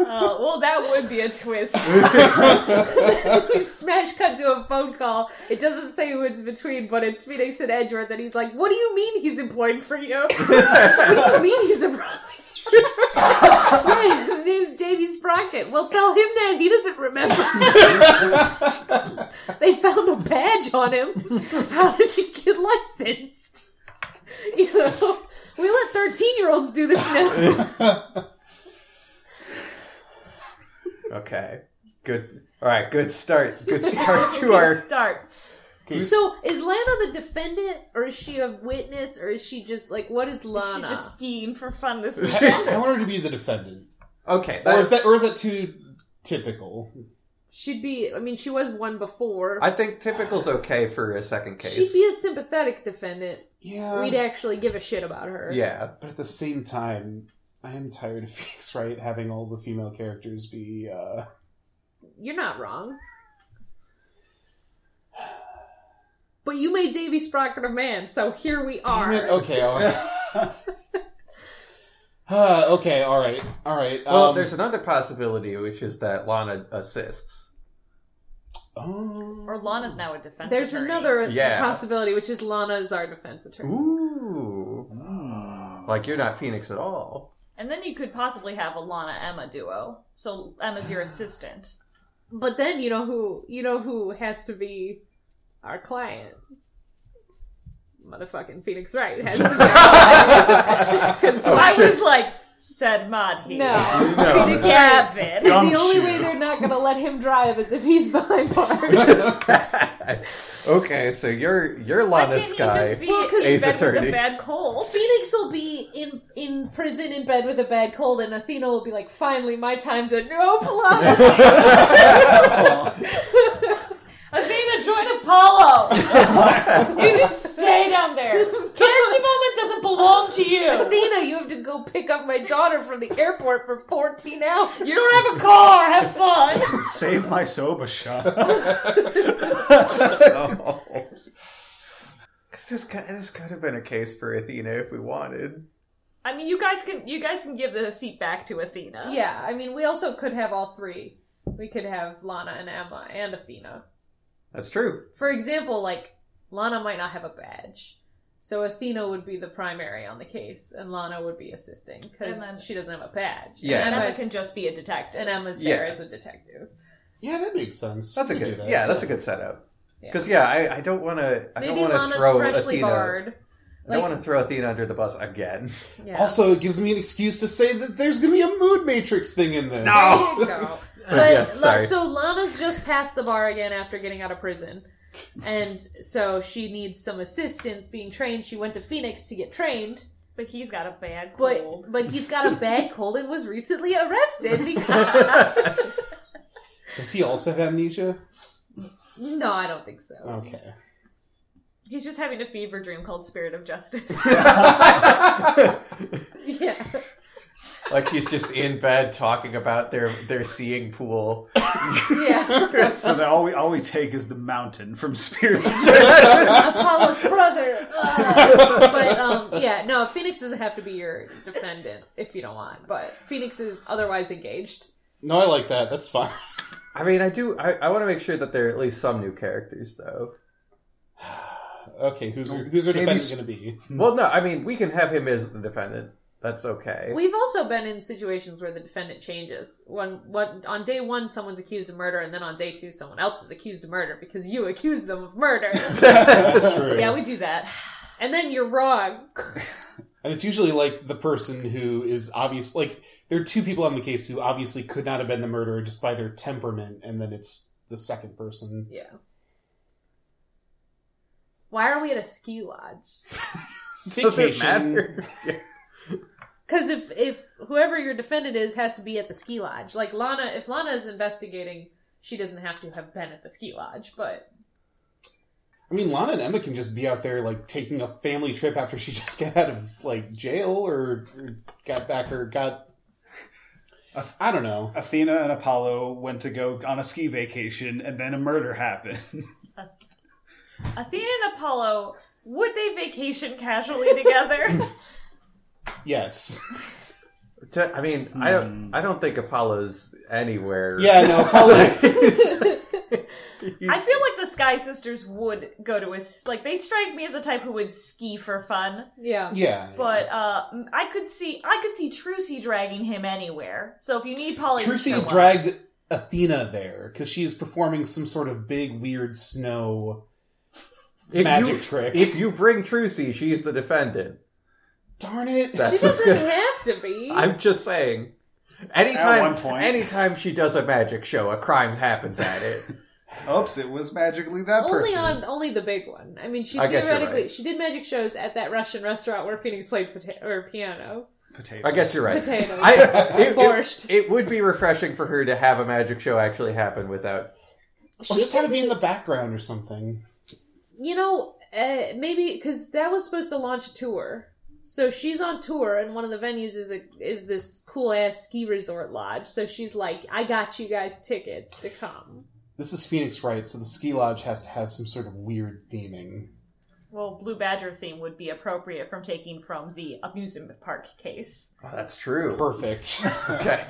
S1: Uh, well, that would be a twist.
S2: We smash cut to a phone call. It doesn't say who it's between, but it's Phoenix and Edgeworth, and he's like, "What do you mean he's employed for you? what do you mean he's a prosecutor? yeah, his name's Davy Sprocket. Well, tell him that he doesn't remember. they found a badge on him. How did he get licensed? You know, we let thirteen-year-olds do this now.
S5: Okay, good. All right, good start. Good start to
S1: Good
S5: our.
S1: start.
S2: so, is Lana the defendant, or is she a witness, or is she just like what is Lana?
S1: She just skiing for fun this is
S4: I want her to be the defendant.
S5: Okay,
S4: Or is
S5: that,
S4: that or is that too typical?
S2: She'd be. I mean, she was one before.
S5: I think typical's okay for a second case. Uh,
S2: She'd be a sympathetic defendant.
S4: Yeah.
S2: We'd actually give a shit about her.
S5: yeah,
S4: But at the same time, I am tired of Phoenix Wright having all the female characters be uh
S2: You're not wrong. But you made Davy Sprocket a man, so here we
S4: Damn
S2: are.
S4: it. Okay, all right. uh, okay, all right. All right.
S5: Well,
S4: um,
S5: there's another possibility, which is that Lana assists.
S4: oh.
S1: Or Lana's now a defense
S2: There's
S1: attorney.
S2: another
S5: Yeah.
S2: possibility, which is Lana is our defense attorney.
S5: Ooh. Like, you're not Phoenix at all.
S1: And then you could possibly have a Lana Emma duo. So Emma's your assistant.
S2: But then you know who you know who has to be our client. Motherfucking Phoenix Wright has to be. our client. 'Cause
S1: I
S2: why would-
S1: was like, said Madhi.
S2: No.
S5: No.
S2: Phoenix Wright.
S1: Gavin.
S2: the only
S3: Gumshoe.
S2: way they're not going to let him drive is if he's behind bars.
S5: okay, so you're you're
S1: Why
S5: Lana
S1: can't he just
S5: Sky.
S1: be
S2: Well, 'cause-
S1: in
S5: Ace
S1: bed with
S5: attorney.
S1: a bad cold?
S2: Phoenix will be in in prison in bed with a bad cold, and Athena will be like, "Finally, my time to no Polaris."
S1: Athena, join Apollo! You just stay down there. Energy moment doesn't belong to you.
S2: Athena, you have to go pick up my daughter from the airport for 14 hours.
S1: You don't have a car. Have fun.
S3: Save my soba shot.
S5: Because this could, this could have been a case for Athena if we wanted.
S1: I mean, you guys can you guys can give the seat back to Athena.
S2: Yeah, I mean, we also could have all three. We could have Lana and Emma and Athena.
S5: That's true.
S2: For example, like, Lana might not have a badge. So Athena would be the primary on the case, and Lana would be assisting
S1: And then-
S2: because she doesn't have a badge.
S5: Yeah.
S1: And
S2: and,
S1: Emma
S2: Emma,
S1: can just be a detective.
S2: and Emma's there
S5: Yeah.
S2: as a detective.
S4: Yeah, that makes sense.
S5: That's a
S4: We could
S5: good.
S4: do that.
S5: Yeah, that's a good setup. Because yeah, I, I don't want to. I
S2: Maybe
S5: don't want
S2: Lana's
S5: to throw
S2: freshly
S5: Athena.
S2: barred.
S5: I don't
S2: Like-
S5: want to throw Athena under the bus again.
S2: Yeah.
S4: Also, it gives me an excuse to say that there's going to be a mood matrix thing in this.
S5: No!
S2: No. But
S5: Yeah,
S2: La-
S5: sorry.
S2: so Lana's just passed the bar again after getting out of prison. And so she needs some assistance being trained. She went to Phoenix to get trained,
S1: but he's got a bad
S2: but
S1: cold.
S2: but he's got a bad cold and was recently arrested because
S4: Does he also have amnesia?
S2: No, I don't think so.
S5: Oh,
S4: Okay.
S1: He's just having a fever dream called Spirit of Justice.
S2: Yeah.
S5: like he's just in bed talking about their their seeing pool.
S2: Yeah.
S3: so that all we all we take is the mountain from Spirit.
S2: Apollo's brother. Ugh. But um yeah, no, Phoenix doesn't have to be your defendant if you don't want. But Phoenix is otherwise engaged.
S4: No, I like that. That's fine.
S5: I mean, I do. I, I want to make sure that there are at least some new characters, though.
S4: Okay, who's your, who's your
S3: Davey's-
S4: defense going to be?
S5: Well, no, I mean we can have him as the defendant. That's okay.
S2: We've also been in situations where the defendant changes. When what on day one someone's accused of murder, and then on day two someone else is accused of murder because you accused them of murder,
S4: That's true.
S1: yeah, we do that.
S2: and then you're wrong.
S4: And it's usually like the person who is obvious. Like there are two people on the case who obviously could not have been the murderer just by their temperament, and then it's the second person.
S2: Yeah. Why are we at a ski lodge?
S5: Does it
S4: Vacation.
S5: matter?
S2: Because if if whoever your defendant is has to be at the ski lodge, like Lana, if Lana is investigating, she doesn't have to have been at the ski lodge, but
S4: I mean, Lana and Emma can just be out there like taking a family trip after she just got out of like jail or, or got back or got. I don't know.
S3: Athena and Apollo went to go on a ski vacation, and then a murder happened.
S1: Athena and Apollo, would they vacation casually together?
S4: Yes.
S5: T- I mean, I don't. I don't think Apollo's anywhere.
S4: Yeah. No. Apollo.
S1: I feel like the Sky Sisters would go to a s- like they strike me as a type who would ski for fun,
S2: yeah,
S4: yeah.
S1: but uh, I could see I could see Trucy dragging him anywhere. So if you need Polly, to show
S4: Trucy
S1: up-
S4: dragged Athena there because she is performing some sort of big weird snow
S5: If
S4: magic
S5: you-
S4: trick.
S5: If you bring Trucy, she's the defendant.
S4: Darn it!
S2: she
S5: That's what's
S2: doesn't
S5: good.
S2: have to be.
S5: I'm just saying. Anytime,
S3: one point.
S5: anytime she does a magic show, a crime happens at it.
S3: Oops! It was magically that
S2: only
S3: person.
S2: on only the big one. I mean, she
S5: I guess you're
S2: theoretically
S5: right.
S2: she did magic shows at that Russian restaurant where Phoenix played pota- or piano
S3: Potatoes.
S5: I guess you're right.
S2: potatoes.
S5: I, it,
S2: Borscht.
S5: It, it would be refreshing for her to have a magic show actually happen without.
S4: Or
S2: she
S4: just have
S2: could
S4: it be
S2: be,
S4: in the background or something.
S2: you know, uh, maybe because that was supposed to launch a tour. So she's on tour, and one of the venues is a is this cool ass ski resort lodge. So she's like, "I got you guys tickets to come."
S4: This is Phoenix Wright, so the ski lodge has to have some sort of weird theming.
S1: Well, Blue Badger theme would be appropriate from taking from the amusement park case.
S5: Oh, that's true.
S4: Perfect.
S5: Okay.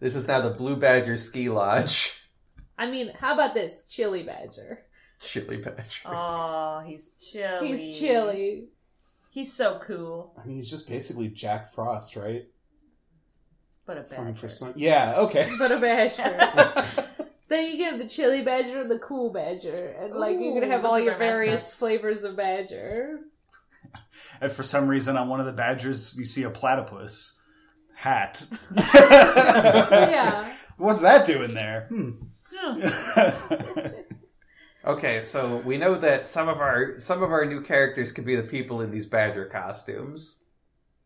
S5: This is now the Blue Badger Ski Lodge.
S2: I mean, how about this chili badger?
S5: Chili Badger.
S1: Oh, he's chilly.
S2: He's chili.
S1: He's so cool,
S4: I mean, he's just basically Jack Frost, right?
S1: but a
S4: From
S1: badger.
S4: Persona. Yeah. Okay.
S2: but a badger. then you get the chili badger and the cool badger, and like you can
S1: Ooh,
S2: have
S1: those
S2: all
S1: are
S2: your
S1: my mascots.
S2: various flavors of badger.
S3: And for some reason, on one of the badgers, you see a platypus hat.
S2: yeah,
S3: What's that doing there? Hmm.
S1: Ugh.
S5: Okay, so we know that some of our some of our new characters could be the people in these badger costumes.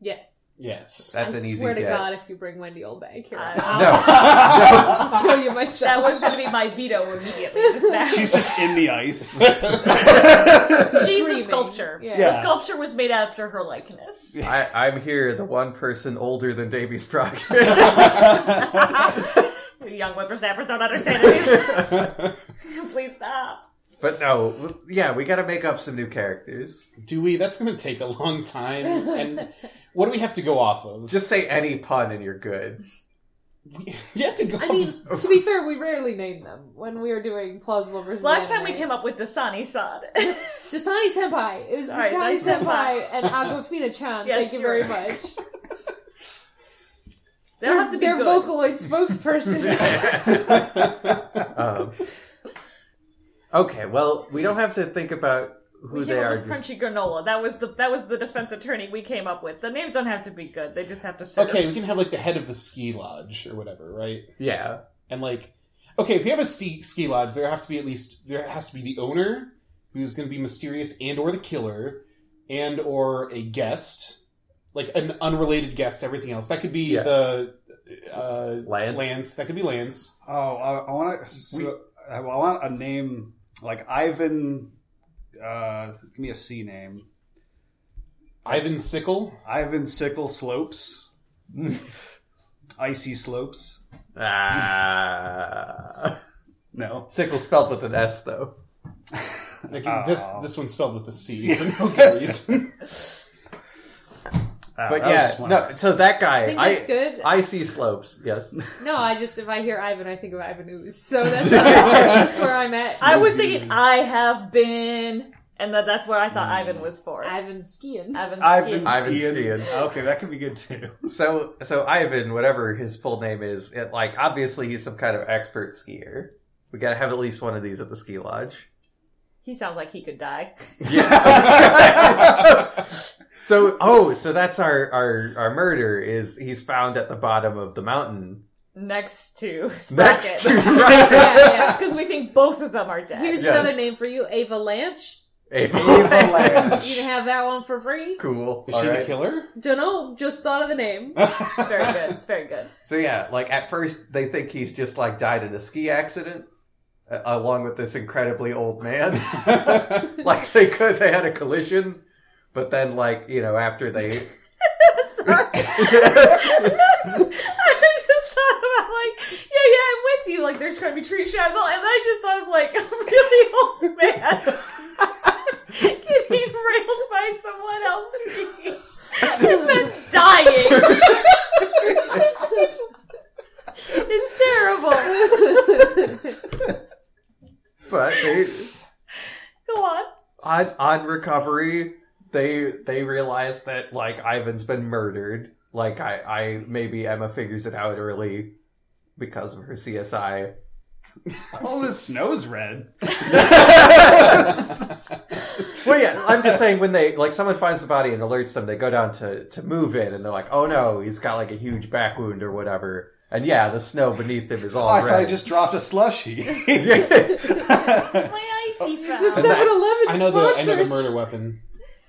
S2: yes.
S4: Yes.
S5: That's
S2: I
S5: an easy
S2: swear to
S5: get.
S2: God, if you bring Wendy Olbeck here,
S1: Uh,
S2: I'll
S5: No.
S2: show you
S1: That
S2: myself.
S1: was going to be my veto immediately. was that.
S3: She's just in the ice.
S1: She's a
S2: Screaming.
S1: sculpture.
S2: Yeah.
S1: The
S3: Yeah.
S1: sculpture was made after her likeness.
S5: I, I'm here, the one person older than Davy Sprocket.
S1: You Young whippersnappers don't understand it. Please stop.
S5: but no, yeah, we gotta make up some new characters.
S4: do we? That's going to take a long time. And what do we have to go off of?
S5: Just say any pun and you're good.
S4: You have to go.
S2: I mean, to be fair, we rarely name them when we were doing plausible versus.
S1: Last time we came up with Dasani San.
S2: Dasani Senpai. It was
S1: Sorry,
S2: Dasani
S1: Dasani
S2: Senpai and Aquafina Chan.
S1: Yes,
S2: Thank you
S1: you're
S2: very
S1: right.
S2: much.
S1: They don't have to be
S2: They're
S1: good.
S2: Vocaloid spokespersons.
S5: Um, okay, well, we don't have to think about who
S1: We
S5: they
S1: came up
S5: are.
S1: with
S5: Just,
S1: Crunchy Granola. That was the that was the defense attorney we came up with. The names don't have to be good. They just have to serve.
S4: okay, we can have like the head of the ski lodge or whatever, right?
S5: yeah,
S4: And like, okay, if you have a ski, ski lodge, there have to be at least there has to be the owner who's going to be mysterious and or the killer and or a guest, like an unrelated guest. to Everything else that could be
S5: Yeah.
S4: the uh,
S5: Lance.
S4: Lance. That could be Lance.
S3: Oh, I, I want to. I want a name like Ivan. Uh, give me a C name.
S4: Ivan Sickle.
S3: Ivan Sickle Slopes. Icy Slopes.
S5: Ah.
S3: No.
S5: Sickle spelled with an S, though.
S4: Like, This
S3: Oh.
S4: this one's spelled with a C for no good reason.
S3: Ah, that
S5: But
S3: was
S5: yeah,
S3: just one.
S5: no. So that guy,
S2: think
S5: I,
S2: that's good?
S5: I see slopes. Yes.
S2: no, I just if I hear Ivan, I think of Ivan Ooze. So that's, that's where I'm at.
S1: I was thinking I have been, and that that's what I thought
S5: Mm.
S1: Ivan was for.
S2: Ivan skiing.
S1: Ivan.
S3: Ivan
S5: Ivan
S3: Skian.
S5: Skian.
S3: Okay, that could be good too.
S5: So, so Ivan, whatever his full name is, it, like obviously he's some kind of expert skier. We gotta have at least one of these at the ski lodge.
S1: He sounds like he could die.
S5: Yeah. so, oh, so that's our our our murder is he's found at the bottom of the mountain
S1: Next to Sprocket.
S5: next to Sprocket.
S2: Yeah, yeah.
S1: Because we think both of them are dead.
S2: Here's
S5: Yes.
S2: another name for you, Avalanche.
S5: Ava
S2: You
S5: Lange.
S2: can have that one for free.
S5: Cool.
S4: Is
S5: All
S4: she
S5: right.
S4: the killer?
S2: Don't know. Just thought of the name.
S1: it's very good. It's very good.
S5: So yeah, like at first they think he's just like died in a ski accident, uh, along with this incredibly old man. like they could, they had a collision, but then like you know after they,
S1: I just thought about like, yeah, yeah, I'm with you. Like, there's going to be tree shadow, and then I just thought of like a really old man getting railed by someone else skiing and then dying. it's, it's terrible.
S5: but they,
S1: Go on.
S5: on on recovery they they realize that like Ivan's been murdered. Like I I maybe Emma figures it out early because of her CSI.
S3: All this snow's red.
S5: Well, yeah, I'm just saying when they like someone finds the body and alerts them, they go down to to move it, and they're like, "Oh no, he's got like a huge back wound or whatever." And yeah, the snow beneath him is all
S3: I
S5: red.
S3: thought I just dropped a slushy.
S1: My icy
S2: This is
S1: friend.
S2: 7 Eleven
S4: I know the I know the murder weapon.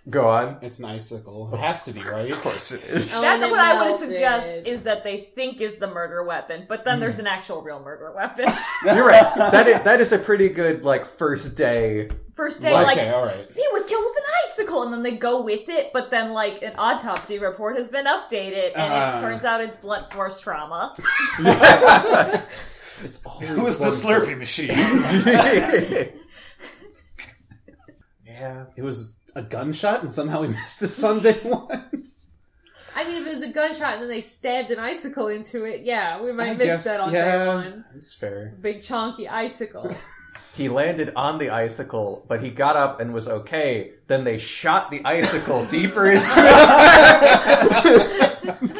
S5: go on.
S4: It's an icicle. It has to be right.
S5: Of course it is.
S1: That's
S2: Oh, and
S1: what
S2: it
S1: I would
S2: melted.
S1: suggest is that they think is the murder weapon, but then there's an actual real murder weapon.
S5: You're right. That is that is a pretty good like first day.
S1: First day, like
S4: Okay, all right.
S1: he was killed with an icicle and then they go with it but then like an autopsy report has been updated and it
S4: Ah.
S1: turns out it's blunt force trauma
S4: It's always
S3: It was the
S4: one-
S3: Slurpee machine.
S5: yeah.
S4: It was a gunshot, and somehow we missed the Sunday one.
S2: I mean, if it was a gunshot and then they stabbed an icicle into it, yeah, we might
S4: I
S2: miss
S4: guess,
S2: that on day
S4: yeah,
S2: one.
S4: that's fair.
S2: Big chonky icicle.
S5: He landed on the icicle, but he got up and was okay. Then they shot the icicle deeper into
S1: well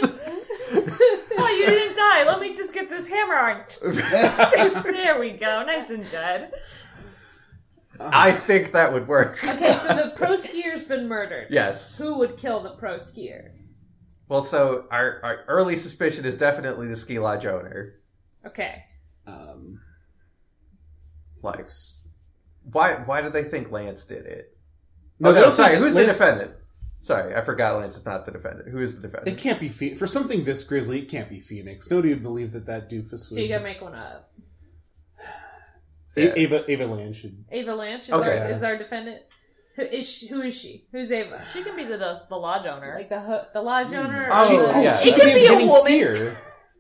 S1: you didn't die let me just get this hammer on there we go nice and dead
S5: I think that would work.
S2: Okay, so the pro skier's been murdered.
S5: Yes.
S2: Who would kill the pro skier?
S5: Well, so our, our early suspicion is definitely the ski lodge owner.
S2: Okay.
S4: Um,
S5: Like, why why do they think Lance did it?
S4: no,
S5: oh,
S4: they
S5: no,
S4: don't
S5: sorry,
S4: think
S5: who's
S4: Lance-
S5: the defendant? Sorry, I forgot Lance is not the defendant. Who is the
S4: It
S5: defendant?
S4: can't be Phoenix. For something this grisly, it can't be Phoenix. Nobody would believe that that doofus
S2: So
S4: would.
S2: you gotta make one up.
S4: A- Ava, Ava Land should.
S2: Ava Lanch is,
S5: Okay.
S2: our, is our defendant. Who is she? Who is she? Who's Ava?
S1: She can be the the, the lodge owner.
S2: Like the ho- the lodge owner?
S5: Oh,
S4: she,
S2: or the,
S5: yeah.
S4: she
S1: It
S4: could
S1: could
S4: be
S1: be a
S4: Benny
S1: woman.
S4: Skier.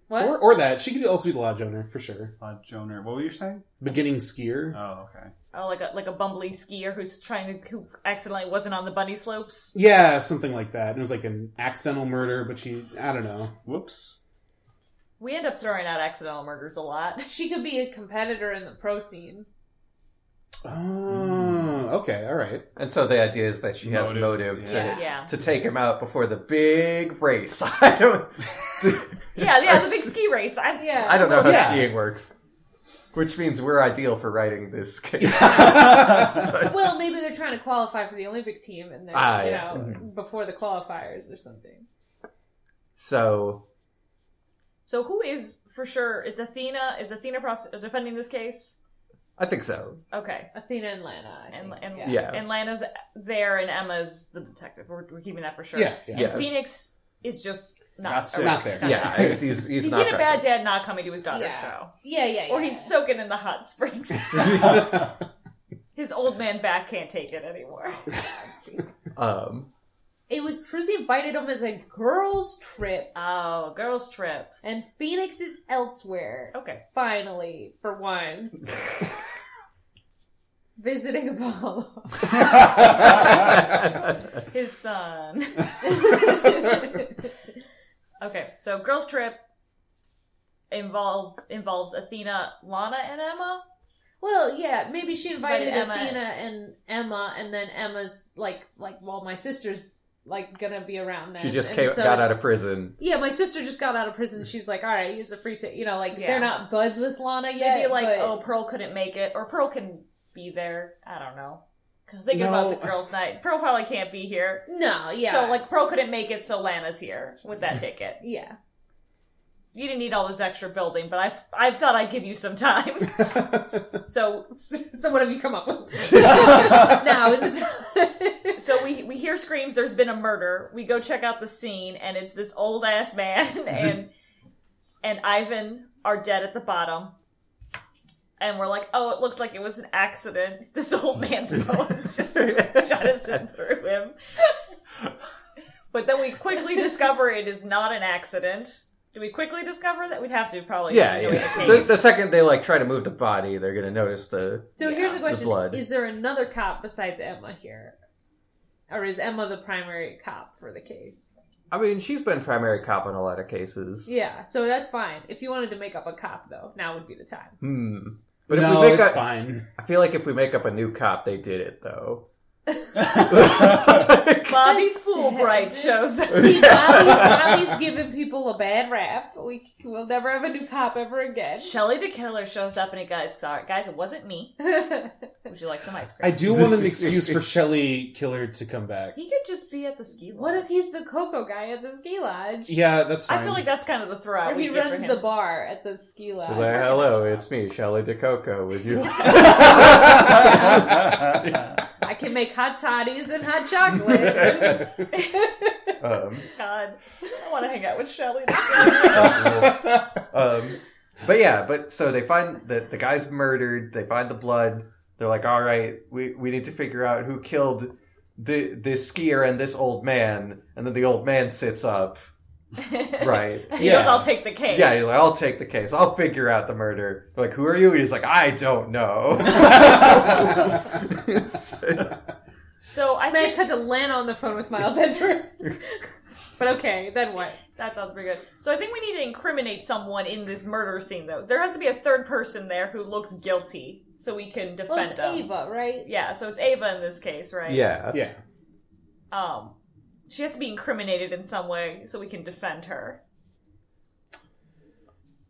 S2: What?
S4: Or, or that. She could also be the lodge owner, for sure.
S3: Uh, Joner, what were you saying?
S4: Beginning skier.
S3: Oh, okay.
S1: Oh, like a like a bumbly skier who's trying to who accidentally wasn't on the bunny slopes.
S4: Yeah, something like that. And it was like an accidental murder, but she, I don't know.
S3: Whoops.
S1: We end up throwing out accidental murders a lot.
S2: she could be a competitor in the pro scene.
S5: Mm.
S4: Oh, okay, all right.
S5: and so the idea is that she has
S3: Motive,
S5: motive to
S1: Yeah, yeah,
S5: to take him out before the big race. I don't.
S1: yeah, yeah. The big ski race. I,
S2: Yeah.
S5: I don't know how
S4: Yeah.
S5: skiing works. Which means we're ideal for writing this case.
S2: Well, maybe they're trying to qualify for the Olympic team, and then
S5: Ah,
S2: you
S5: yes.
S2: know before the qualifiers or something.
S5: so
S1: So who is for sure? It's Athena. Is Athena pros- defending this case?
S5: I think so.
S1: Okay,
S2: Athena and Lana. I
S1: and
S2: think.
S1: and
S5: Yeah. Yeah.
S1: and Lana's there, and Emma's the detective. We're, we're keeping that for sure.
S4: Yeah, yeah.
S1: And
S5: Yeah.
S1: Phoenix is just not
S3: Not sick.
S4: Not there.
S1: Not
S5: Yeah,
S1: sick.
S5: he's, he's, he's
S1: He's
S5: not
S1: being a bad
S5: present.
S1: dad, not coming to his daughter's
S2: Yeah.
S1: show,
S2: Yeah, yeah, yeah.
S1: or he's soaking in the hot springs. his old man back can't take it anymore.
S5: Um,
S2: It was Trizzy invited him as a girls' trip,
S1: Oh, girls' trip.
S2: and Phoenix is elsewhere.
S1: Okay.
S2: Finally, for once, visiting Apollo.
S5: Um,
S1: His son. okay, so girls' trip involves involves Athena, Lana, and Emma.
S2: well, yeah, maybe she invited
S1: Invited Emma.
S2: Athena and Emma, and then Emma's like, like, well, my sister's like gonna be around then.
S5: she just
S2: and
S5: came,
S2: so
S5: got
S2: it's-
S5: out of prison.
S2: Yeah, my sister just got out of prison. She's like, all right, here's a free ticket. You know, like
S1: Yeah.
S2: they're not buds with Lana yet.
S1: Maybe like,
S2: but-
S1: oh, Pearl couldn't make it, or Pearl can be there. I don't know. Cause thinking
S4: No.
S1: about the girls' night, Pearl probably can't be here.
S2: no, yeah.
S1: So like, Pearl couldn't make it, so Lana's here with that ticket.
S2: yeah.
S1: You didn't need all this extra building, but I I thought I'd give you some time. so
S2: So what have you come up with now? in the time-
S1: So we we hear screams. There's been a murder. We go check out the scene, and it's this old ass man and and Ivan are dead at the bottom. And we're like, oh, it looks like it was an accident. This old man's bones just shot us in through him. But then we quickly discover it is not an accident. Do we quickly discover that? We'd have to probably.
S5: Yeah,
S1: know
S5: yeah.
S1: the
S5: The,
S1: case.
S5: the second they like try to move the body, they're gonna notice the.
S2: so
S1: Yeah.
S2: here's a question:
S5: The blood.
S2: Is there another cop besides Emma here, or is Emma the primary cop for the case?
S5: I mean, she's been primary cop in a lot of cases.
S2: Yeah. So that's fine. If you wanted to make up a cop, though, now would be the time.
S5: Hmm. But
S4: But
S5: if
S4: no,
S5: we make
S4: it's
S5: up,
S4: fine.
S5: I feel like if we make up a new cop, they did it though.
S1: Bobby
S2: That's sad.
S1: Fulbright shows up.
S2: See, Bobby, Bobby's giving people a bad rap. We will never have a new cop ever again.
S1: Shelley DeKiller shows up, and he goes, "Sorry, guys, it wasn't me. Would you like some ice cream?"
S4: I do want an excuse for Shelley Killer to come back.
S1: He could just be at the ski lodge.
S2: What if he's the Coco guy at the ski lodge?
S4: Yeah, that's fine.
S1: I feel like that's kind of the throw.
S2: Or he runs the bar at the ski lodge.
S5: He's like, hello, it's me, Shelley DeCoco. Would you?
S2: I can make hot toddies and hot chocolate.
S5: um,
S1: God, I want to hang out with Shelly.
S5: um, but yeah, but so they find that the guy's murdered. They find the blood. They're like, all right, we, we need to figure out who killed the this skier and this old man. And then the old man sits up. Right.
S1: he
S4: Yeah.
S1: goes, "I'll take the case."
S5: Yeah, he's like, I'll take the case. I'll figure out the murder. They're like, who are you? And he's like, I don't know.
S1: so I
S2: Smash
S1: think
S2: cut to Lana on the phone with Miles Edgeworth. but okay, then what?
S1: that sounds pretty good. So I think we need to incriminate someone in this murder scene, though. There has to be a third person there who looks guilty, so we can defend
S2: Well, it's
S1: them.
S2: Ava, right?
S1: Yeah, so it's Ava in this case, right?
S5: yeah.
S4: yeah.
S1: Um, she has to be incriminated in some way, so we can defend her.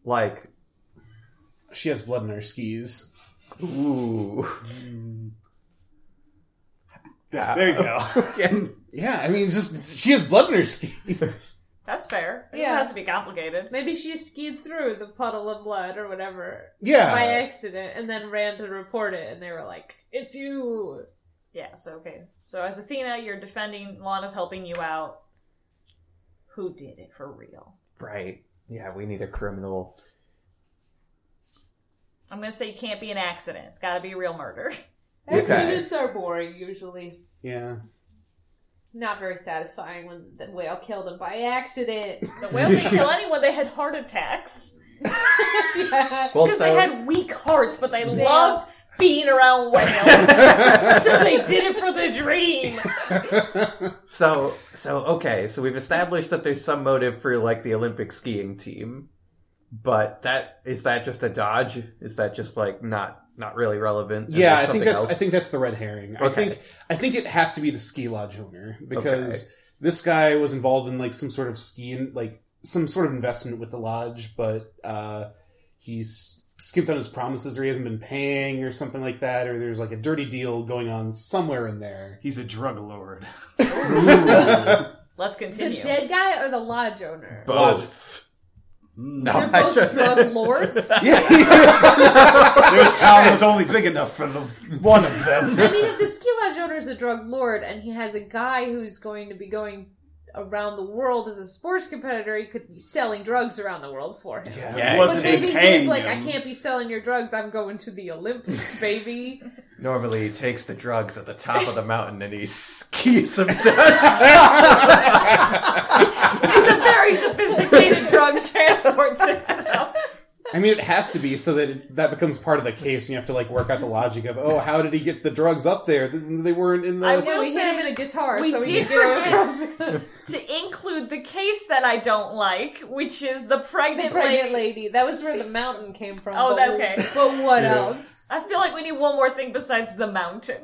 S5: Like,
S4: She has blood in her skis.
S5: ooh.
S3: there you go.
S5: Yeah.
S4: Yeah, I mean, just she has blood in her skis.
S1: That's fair. It
S2: Yeah.
S1: doesn't have to be complicated.
S2: Maybe she skied through the puddle of blood or whatever
S4: Yeah,
S3: Uh,
S2: by accident and then ran to report it, and they were like, it's you.
S1: Yeah, so okay. So as Athena, you're defending, Lana's helping you out. Who did it for real?
S5: Right. Yeah, we need a criminal.
S1: I'm gonna say it can't be an accident. It's gotta be a real murder.
S5: Okay.
S2: Accidents are boring usually.
S4: Yeah.
S2: Not very satisfying when the whale killed him by accident.
S1: The whale didn't kill anyone, they had heart attacks.
S2: yeah.
S5: Well,
S1: Because they
S5: so
S1: had weak hearts, but they
S2: Yeah.
S1: loved being around whales. so they did it for the dream.
S5: so so okay. So we've established that there's some motive for like the Olympic skiing team, but that is that just a dodge? Is that just like not not really relevant? and
S4: yeah,
S5: there's
S4: I think
S5: something
S4: that's
S5: else?
S4: I think that's the red herring. I
S5: Okay.
S4: think I think it has to be the ski lodge owner because this guy was involved in like some sort of ski and like some sort of investment with the lodge, but uh, he's skimped on his promises or he hasn't been paying or something like that, or there's like a dirty deal going on somewhere in there.
S3: He's a drug lord.
S1: Let's
S2: The
S1: continue.
S2: dead guy or the lodge owner?
S5: both.
S3: No.
S2: They're
S5: I
S2: both
S5: just-
S2: drug lords. I
S3: this town was only big enough for the one of them.
S2: mean, if the ski lodge owner is a drug lord and he has a guy who's going to be going around the world as a sports competitor, he could be selling drugs around the world for him.
S4: Yeah.
S3: Yeah, it
S2: But
S3: wasn't
S2: maybe
S3: he
S2: he was
S3: paying
S2: like,
S3: him.
S2: I can't be selling your drugs. I'm going to the Olympics, baby.
S5: Normally, he takes the drugs at the top of the mountain and he skis them down.
S1: It's a very sophisticated drug transport system.
S4: I mean, it has to be so that it, that becomes part of the case, and you have to like work out the logic of, oh, how did he get the drugs up there? They weren't in the.
S1: I
S2: Yeah,
S1: will
S2: we hit him
S1: say
S2: in a guitar,
S1: we
S2: so we
S1: did
S2: can get him across.
S1: to include the case that I don't like, which is the pregnant,
S2: pregnant
S1: lady.
S2: lady. That was where the mountain came from.
S1: Oh,
S2: but
S1: that-
S2: we-
S1: okay.
S2: But what
S4: Yeah.
S2: else?
S1: I feel like we need one more thing besides the mountain.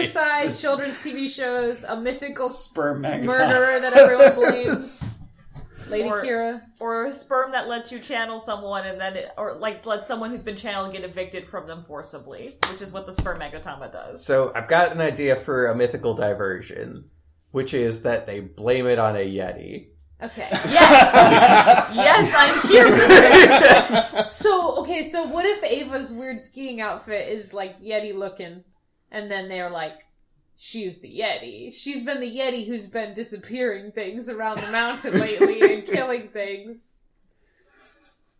S2: Suicide, children's TV shows, a mythical
S3: Sperm magnet.
S2: murderer that everyone blames. Lady
S1: Or-
S2: Kira.
S1: or a sperm that lets you channel someone and then it, or like lets someone who's been channeled get evicted from them forcibly, which is what the sperm megatama does.
S5: so I've got an idea for a mythical diversion, which is that they blame it on a yeti.
S2: Okay.
S1: Yes! yes, I'm here for this.
S2: So okay, so what if Ava's weird skiing outfit is like Yeti looking, and then they're like, she's the Yeti. She's been the Yeti who's been disappearing things around the mountain lately and killing things.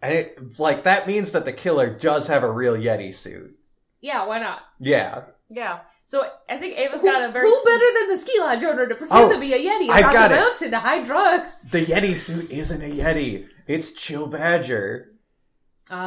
S5: And it, like that means that the killer does have a real yeti suit.
S2: Yeah, why not?
S5: Yeah,
S1: Yeah. So I think Ava's
S2: Who,
S1: got a very
S2: who better than the ski lodge owner to pretend
S5: Oh,
S2: to be a Yeti
S5: I've
S2: around
S5: got
S2: the
S5: it.
S2: mountain to hide drugs?
S5: the yeti suit isn't a yeti. It's Chill Badger.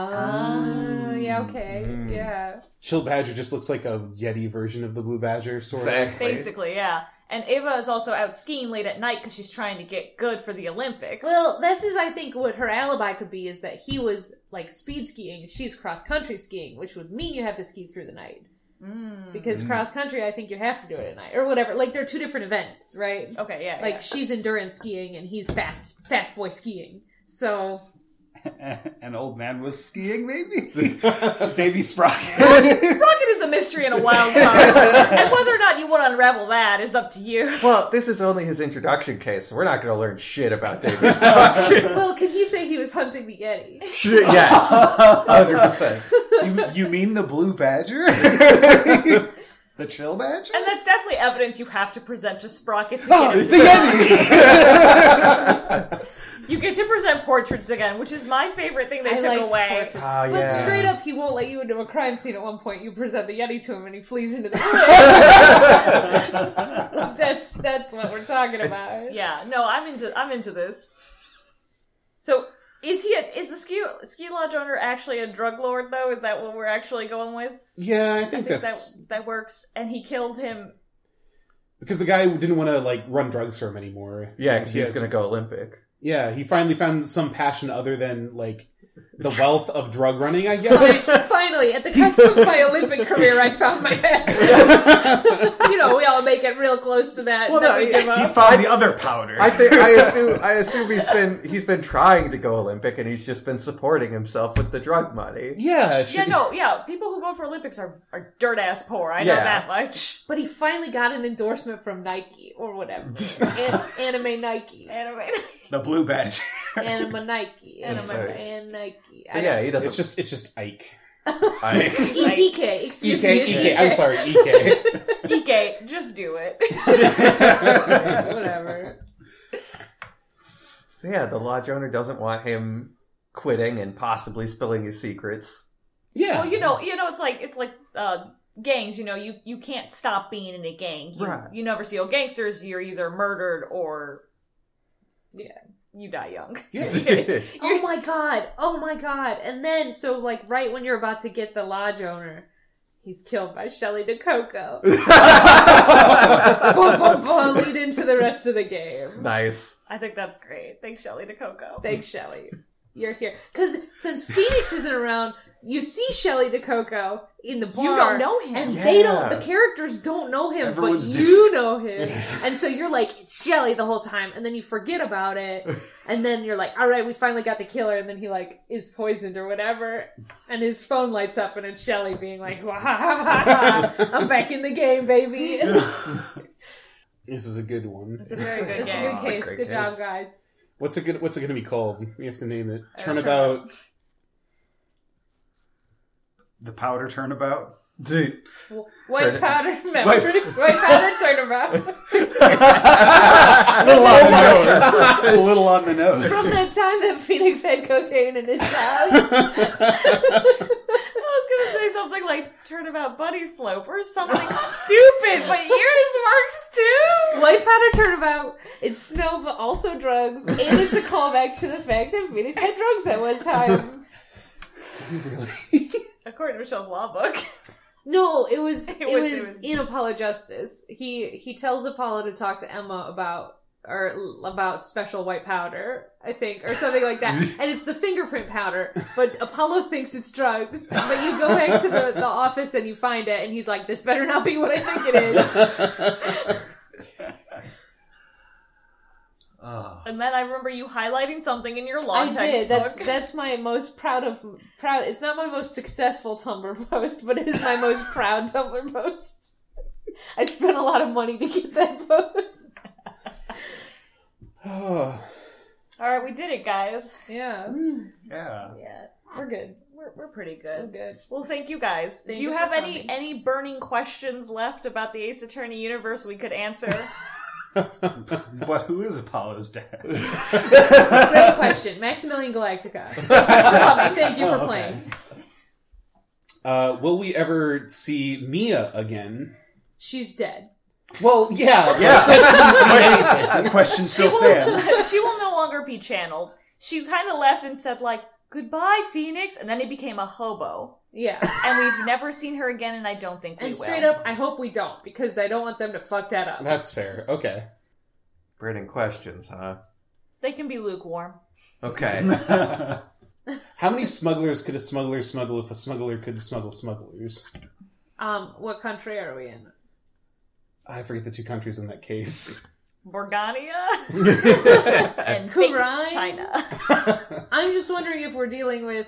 S2: Ah, yeah, okay, yeah.
S4: Chill Badger just looks like a Yeti version of the Blue Badger, sort of.
S1: basically, yeah. And Ava is also out skiing late at night because she's trying to get good for the Olympics.
S2: Well, this is, I think, what her alibi could be is that he was like speed skiing, she's cross country skiing, which would mean you have to ski through the night.
S1: Mm.
S2: Because cross country, I think you have to do it at night or whatever. Like they're two different events, right?
S1: Okay, yeah.
S2: Like she's endurance skiing and he's fast, fast boy skiing. So
S3: An old man was skiing, maybe? Davy Sprocket.
S1: Rocket is a mystery and a wild card, and whether or not you want to unravel that is up to you.
S5: Well, this is only his introduction case, so we're not going to learn shit about Davis. Shit,
S2: well, can he say he was hunting the yeti?
S5: yes, hundred percent.
S3: you, you mean the blue badger? the chill badger?
S1: And that's definitely evidence you have to present to Sprocket. To
S4: Oh,
S1: get him
S4: the Yeti!
S1: You get to present portraits again, which is my favorite thing they
S2: I
S1: took
S2: liked
S1: away.
S2: portraits.
S5: Ah,
S2: But
S5: yeah.
S2: straight up, he won't let you into a crime scene at one point. You present the Yeti to him, and he flees into the fridge. that's that's what we're talking about.
S1: Yeah, no, I'm into I'm into this. So is he a, is the ski ski lodge owner actually a drug lord though? Is that what we're actually going with?
S4: yeah, I think,
S1: I think
S4: that's.
S1: that that works. And he killed him.
S4: Because the guy didn't want to, like, run drugs for him anymore.
S5: Yeah, because he's
S4: Yeah.
S5: going to go Olympic.
S4: Yeah, he finally found some passion other than, like, the wealth of drug running, I
S2: Like,
S4: guess.
S2: finally, at the cusp of my Olympic career, I found my passion. you know, we all make it real close to that. and then we give
S3: he
S2: up.
S3: found the other powder.
S5: I think I assume I assume he's been he's been trying to go Olympic and he's just been supporting himself with the drug money.
S4: yeah,
S1: Yeah,
S4: should-
S1: no, yeah. People who go for Olympics are are dirt ass poor. I know
S5: Yeah.
S1: that much.
S2: But he finally got an endorsement from Nike or whatever. An- anime Nike.
S1: Anime.
S3: the blue badger.
S2: Anime Nike. Anime
S5: so-
S2: and Nike.
S5: So
S2: I
S5: yeah, he doesn't.
S4: It's just, it's just Ike.
S5: I,
S2: EK, E excuse
S5: E
S2: me. E
S4: EK,
S2: it's
S4: EK. E I'm sorry, EK.
S1: EK, just do it.
S2: Whatever.
S5: so yeah, the lodge owner doesn't want him quitting and possibly spilling his secrets.
S4: yeah.
S1: well, you know, you know, it's like it's like uh, gangs. You know, you you can't stop being in a gang. You,
S5: Right.
S1: you never see old gangsters. You're either murdered or
S2: Yeah.
S1: you die young.
S5: Yeah.
S2: Oh my god. Oh my god. And then, so like right when you're about to get the lodge owner, he's killed by Shelly DeCoco. boom, boom, boom, lead into the rest of the game.
S5: nice.
S1: I think that's great. Thanks, Shelley DeCoco.
S2: Thanks, Shelly. You're here. Because since Phoenix isn't around, you see Shelly DeCoco in the bar.
S1: You don't know him.
S2: And they
S5: Yeah.
S2: don't, the characters don't know him,
S3: Everyone's
S2: but you know him. and so you're like, it's Shelly the whole time. And then you forget about it. And then you're like, all right, we finally got the killer. And then he like is poisoned or whatever. And his phone lights up and it's Shelly being like, "Wah, ha, ha, ha, ha. I'm back in the game, baby.
S4: this is a good one.
S1: It's a very good
S2: It's a
S1: game.
S2: good
S5: It's a
S2: case.
S5: great
S2: Good
S5: case.
S2: job, guys.
S4: What's it gonna What's it gonna be called? We have to name it.
S1: Uh,
S4: Turnabout.
S3: The powder turnabout.
S5: Dude.
S2: White
S5: Turn-
S2: powder, remember,
S5: White-
S2: white powder turnabout.
S3: A little
S4: Oh
S3: on
S5: the
S3: nose. a little on the nose.
S2: From the time that Phoenix had cocaine in his house.
S1: I was gonna say something like "Turnabout Buddy Slope" or something stupid, but yours works too.
S2: White powder turnabout. It's snow, but also drugs. And it's a callback to the fact that Phoenix had drugs at one time.
S1: According to Michelle's law book,
S2: No, it was it,
S1: It
S2: was,
S1: was- it was-
S2: in Apollo Justice. He he tells Apollo to talk to Emma about or l- about special white powder, I think, or something like that. and it's the fingerprint powder, but Apollo thinks it's drugs. But you go back to the, the office and you find it, and he's like, "This better not be what I think it is."
S3: Ah.
S1: and then I remember you highlighting something in your law
S2: I
S1: textbook.
S2: did. That's that's my most proud of proud. It's not my most successful Tumblr post, but it is my most proud Tumblr post. I spent a lot of money to get that post.
S4: Oh,
S1: All right, we did it, guys.
S2: Yeah,
S3: yeah.
S1: Yeah,
S2: we're good.
S1: we're we're pretty
S2: We're
S1: good.
S2: good.
S1: Well, thank you guys.
S2: Thank
S1: Do you
S2: you
S1: have
S2: for
S1: any
S2: coming.
S1: any burning questions left about the Ace Attorney universe we could answer?
S3: But who is Apollo's dad?
S2: Great question, Maximilian Galactica. Thank you for playing.
S4: uh, will we ever see Mia again?
S2: She's dead.
S4: Well, yeah,
S3: Yeah. the question still stands.
S1: she will no longer be channeled. She kind of left and said like goodbye, Phoenix, and then he became a hobo,
S2: Yeah,
S1: and we've never seen her again. And I don't think we
S2: and
S1: will.
S2: straight up, I hope we don't because I don't want them to fuck that up.
S4: That's fair. Okay.
S5: Burning questions, huh?
S1: they can be lukewarm.
S5: Okay.
S4: How many smugglers could a smuggler smuggle if a smuggler could smuggle smugglers?
S2: Um, what country are we in?
S4: I forget the two countries in that case.
S1: Borgania and fake
S2: Kurai?
S1: China.
S2: I'm just wondering if we're dealing with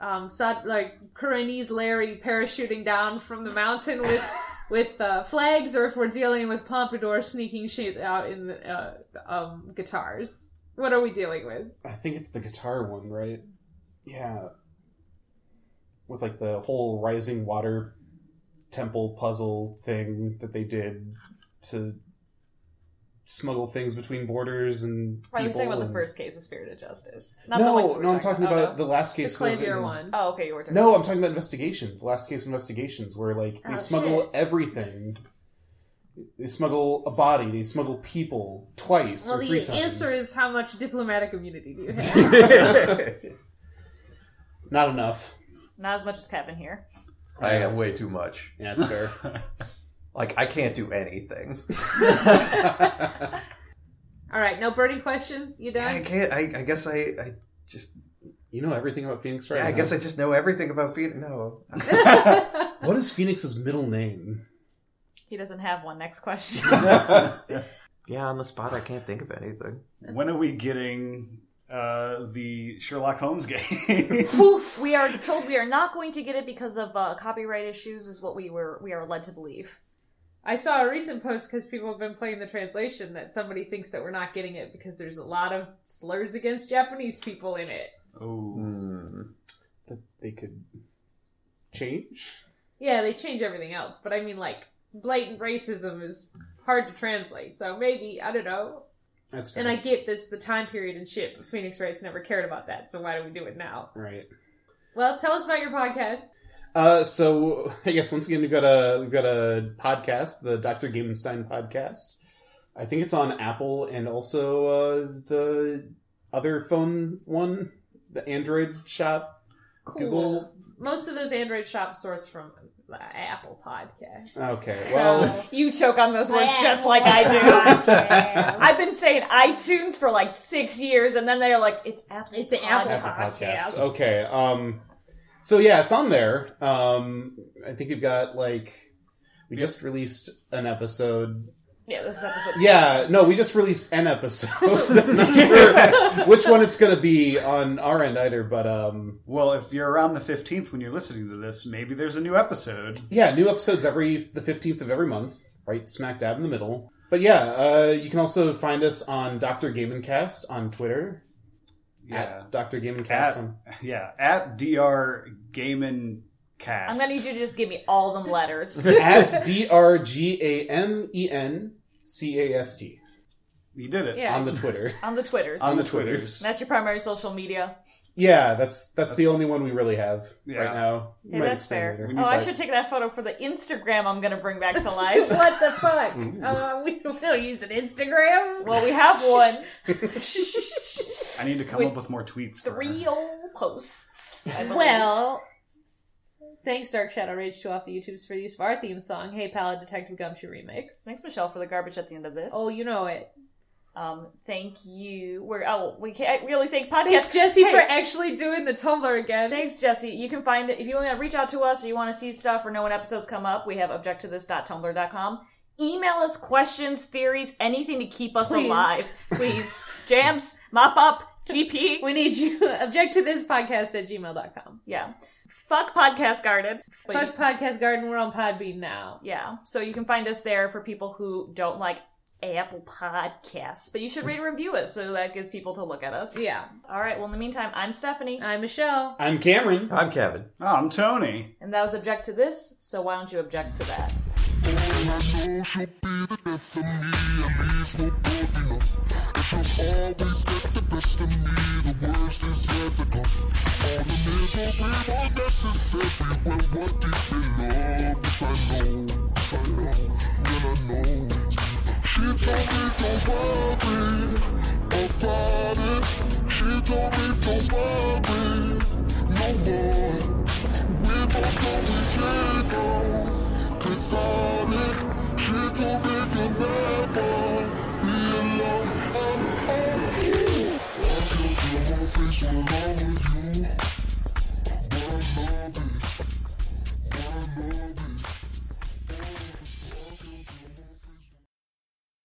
S2: um Sat- like Karenese Larry parachuting down from the mountain with with uh, flags, or if we're dealing with Pompadour sneaking shit out in the, uh, um guitars. What are we dealing with?
S4: I think it's the guitar one, right? Yeah. With like the whole rising water temple puzzle thing that they did to smuggle things between borders and
S1: Are you
S4: people
S1: talking about the
S4: and-
S1: first case of Spirit of Justice? Not the one you
S4: No,
S1: were
S4: no, I'm talking
S1: Oh,
S4: about
S1: no.
S4: the last
S2: The
S4: case. of
S2: clavier
S4: in-
S2: one.
S1: Oh, okay, you were talking.
S4: No, I'm talking about investigations. The last case of investigations, where like they
S2: Oh,
S4: smuggle
S2: shit.
S4: everything. They smuggle a body. They smuggle people twice
S2: Oh, well,
S4: or
S2: the
S4: three times.
S2: answer is how much diplomatic immunity do you have?
S5: I
S4: not enough.
S1: not as much as Kevin here.
S5: am way too much.
S4: Yeah, it's fair.
S5: Like I can't do anything.
S2: All right, no burning questions. You
S5: I
S2: done?
S5: can't. I, I guess I. I just.
S4: you know everything about Phoenix, right?
S5: Yeah, I guess I just know everything about Phoenix. No.
S4: What is Phoenix's middle name?
S1: He doesn't have one. Next question.
S5: yeah, on the spot, I can't think of anything.
S3: when are we getting uh, the Sherlock Holmes game?
S1: Poof! We are told we are not going to get it because of uh, copyright issues, is what we were we are led to believe.
S2: I saw a recent post because people have been playing the translation that somebody thinks that we're not getting it because there's a lot of slurs against Japanese people in it.
S3: oh,
S5: Hmm.
S4: that they could change.
S2: Yeah, they change everything else, but I mean, like, blatant racism is hard to translate, so maybe, I don't know.
S4: That's fair.
S2: And I get this, the time period and shit, but Phoenix Wright's never cared about that, so why do we do it now?
S4: right.
S2: Well, tell us about your podcast.
S4: Uh, so I guess once again we've got a we've got a podcast, the Dr. Gamenstein podcast. I think it's on Apple and also uh, the other phone one, the Android shop.
S2: Cool.
S4: Google.
S2: Most of those Android shops source from uh, Apple Podcasts.
S4: Okay, well,
S2: So-
S1: You choke on those words just like I do.
S2: Apple Podcasts.
S1: I've been saying iTunes for like six years, and then they're like, "It's Apple."
S2: It's an Apple
S4: Apple
S2: Podcasts.
S4: Podcasts.
S2: Yeah.
S4: Okay. Um, so yeah, it's on there. Um, I think we've got like we just released an episode
S1: Yeah, this is episode.
S4: Yeah, no, we just released an episode. I'm not sure which one it's going to be on our end either, but um,
S3: Well, if you're around the 15th when you're listening to this, maybe there's a new episode.
S4: yeah, new episodes every the fifteenth of every month, right smack dab in the middle. But yeah, uh, you can also find us on Doctor Gamencast on Twitter
S3: Yeah.
S4: at Doctor Gamencast.
S3: At-
S4: on-
S3: yeah. At DR Gaiman
S1: I'm
S3: Cast.
S1: gonna need you to just give me all them letters.
S4: at D R G A M E N C A S T
S3: You did it.
S2: Yeah.
S4: on the Twitter.
S1: on the Twitters.
S4: On the
S3: Twitters.
S4: Twitters.
S1: That's your primary social media.
S4: Yeah, that's that's the
S3: That's-
S4: only one we really have
S3: Yeah.
S4: right now.
S1: Yeah,
S4: Might
S1: that's
S4: expand
S1: fair.
S4: later.
S1: Oh, I
S4: But-
S1: should take that photo for the Instagram I'm gonna bring back to life.
S2: what the fuck?
S4: Mm-hmm.
S2: Uh, we don't use an Instagram.
S1: well, we have one.
S3: I need to come
S1: With
S3: up with more tweets for
S1: Three old posts. I believe.
S2: Well, thanks Dark Shadow Rage 2 off the YouTubes for the use of our theme song, Hey Palette Detective Gumshoe Remix.
S1: Thanks, Michelle, for the garbage at the end of this.
S2: Oh, you know it.
S1: Um, thank you. We're oh, we can't really thank podcast.
S2: Thanks Jesse
S1: Hey.
S2: for actually doing the Tumblr again.
S1: Thanks, Jesse. You can find it if you want to reach out to us or you want to see stuff or know when episodes come up. We have objecttothis.tumblr.com. Email us questions, theories, anything to keep us
S2: Please.
S1: alive, please. Jams, mop up, GP.
S2: we need you. Object to this podcast at gmail.com.
S1: Yeah. Fuck Podcast Garden.
S2: Fuck Podcast Garden. We're on Podbean now.
S1: Yeah. So you can find us there for people who don't like Apple Podcasts, but you should rate and review it so that gives people to look at us.
S2: Yeah.
S1: All right. Well, in the meantime, I'm Stephanie,
S2: I'm Michelle.
S4: I'm Cameron.
S5: I'm Kevin.
S3: Oh, I'm Tony.
S1: and that was Object to This, so why don't you object to that?
S6: Oh, she'll be the death of me, and leaves no bobina. And she'll always get the best of me, the worst is yet to come. All the misery was necessary when what deep in love, yes I know, yes I know, and I know it's deep. She told me don't worry about it, she told me don't worry.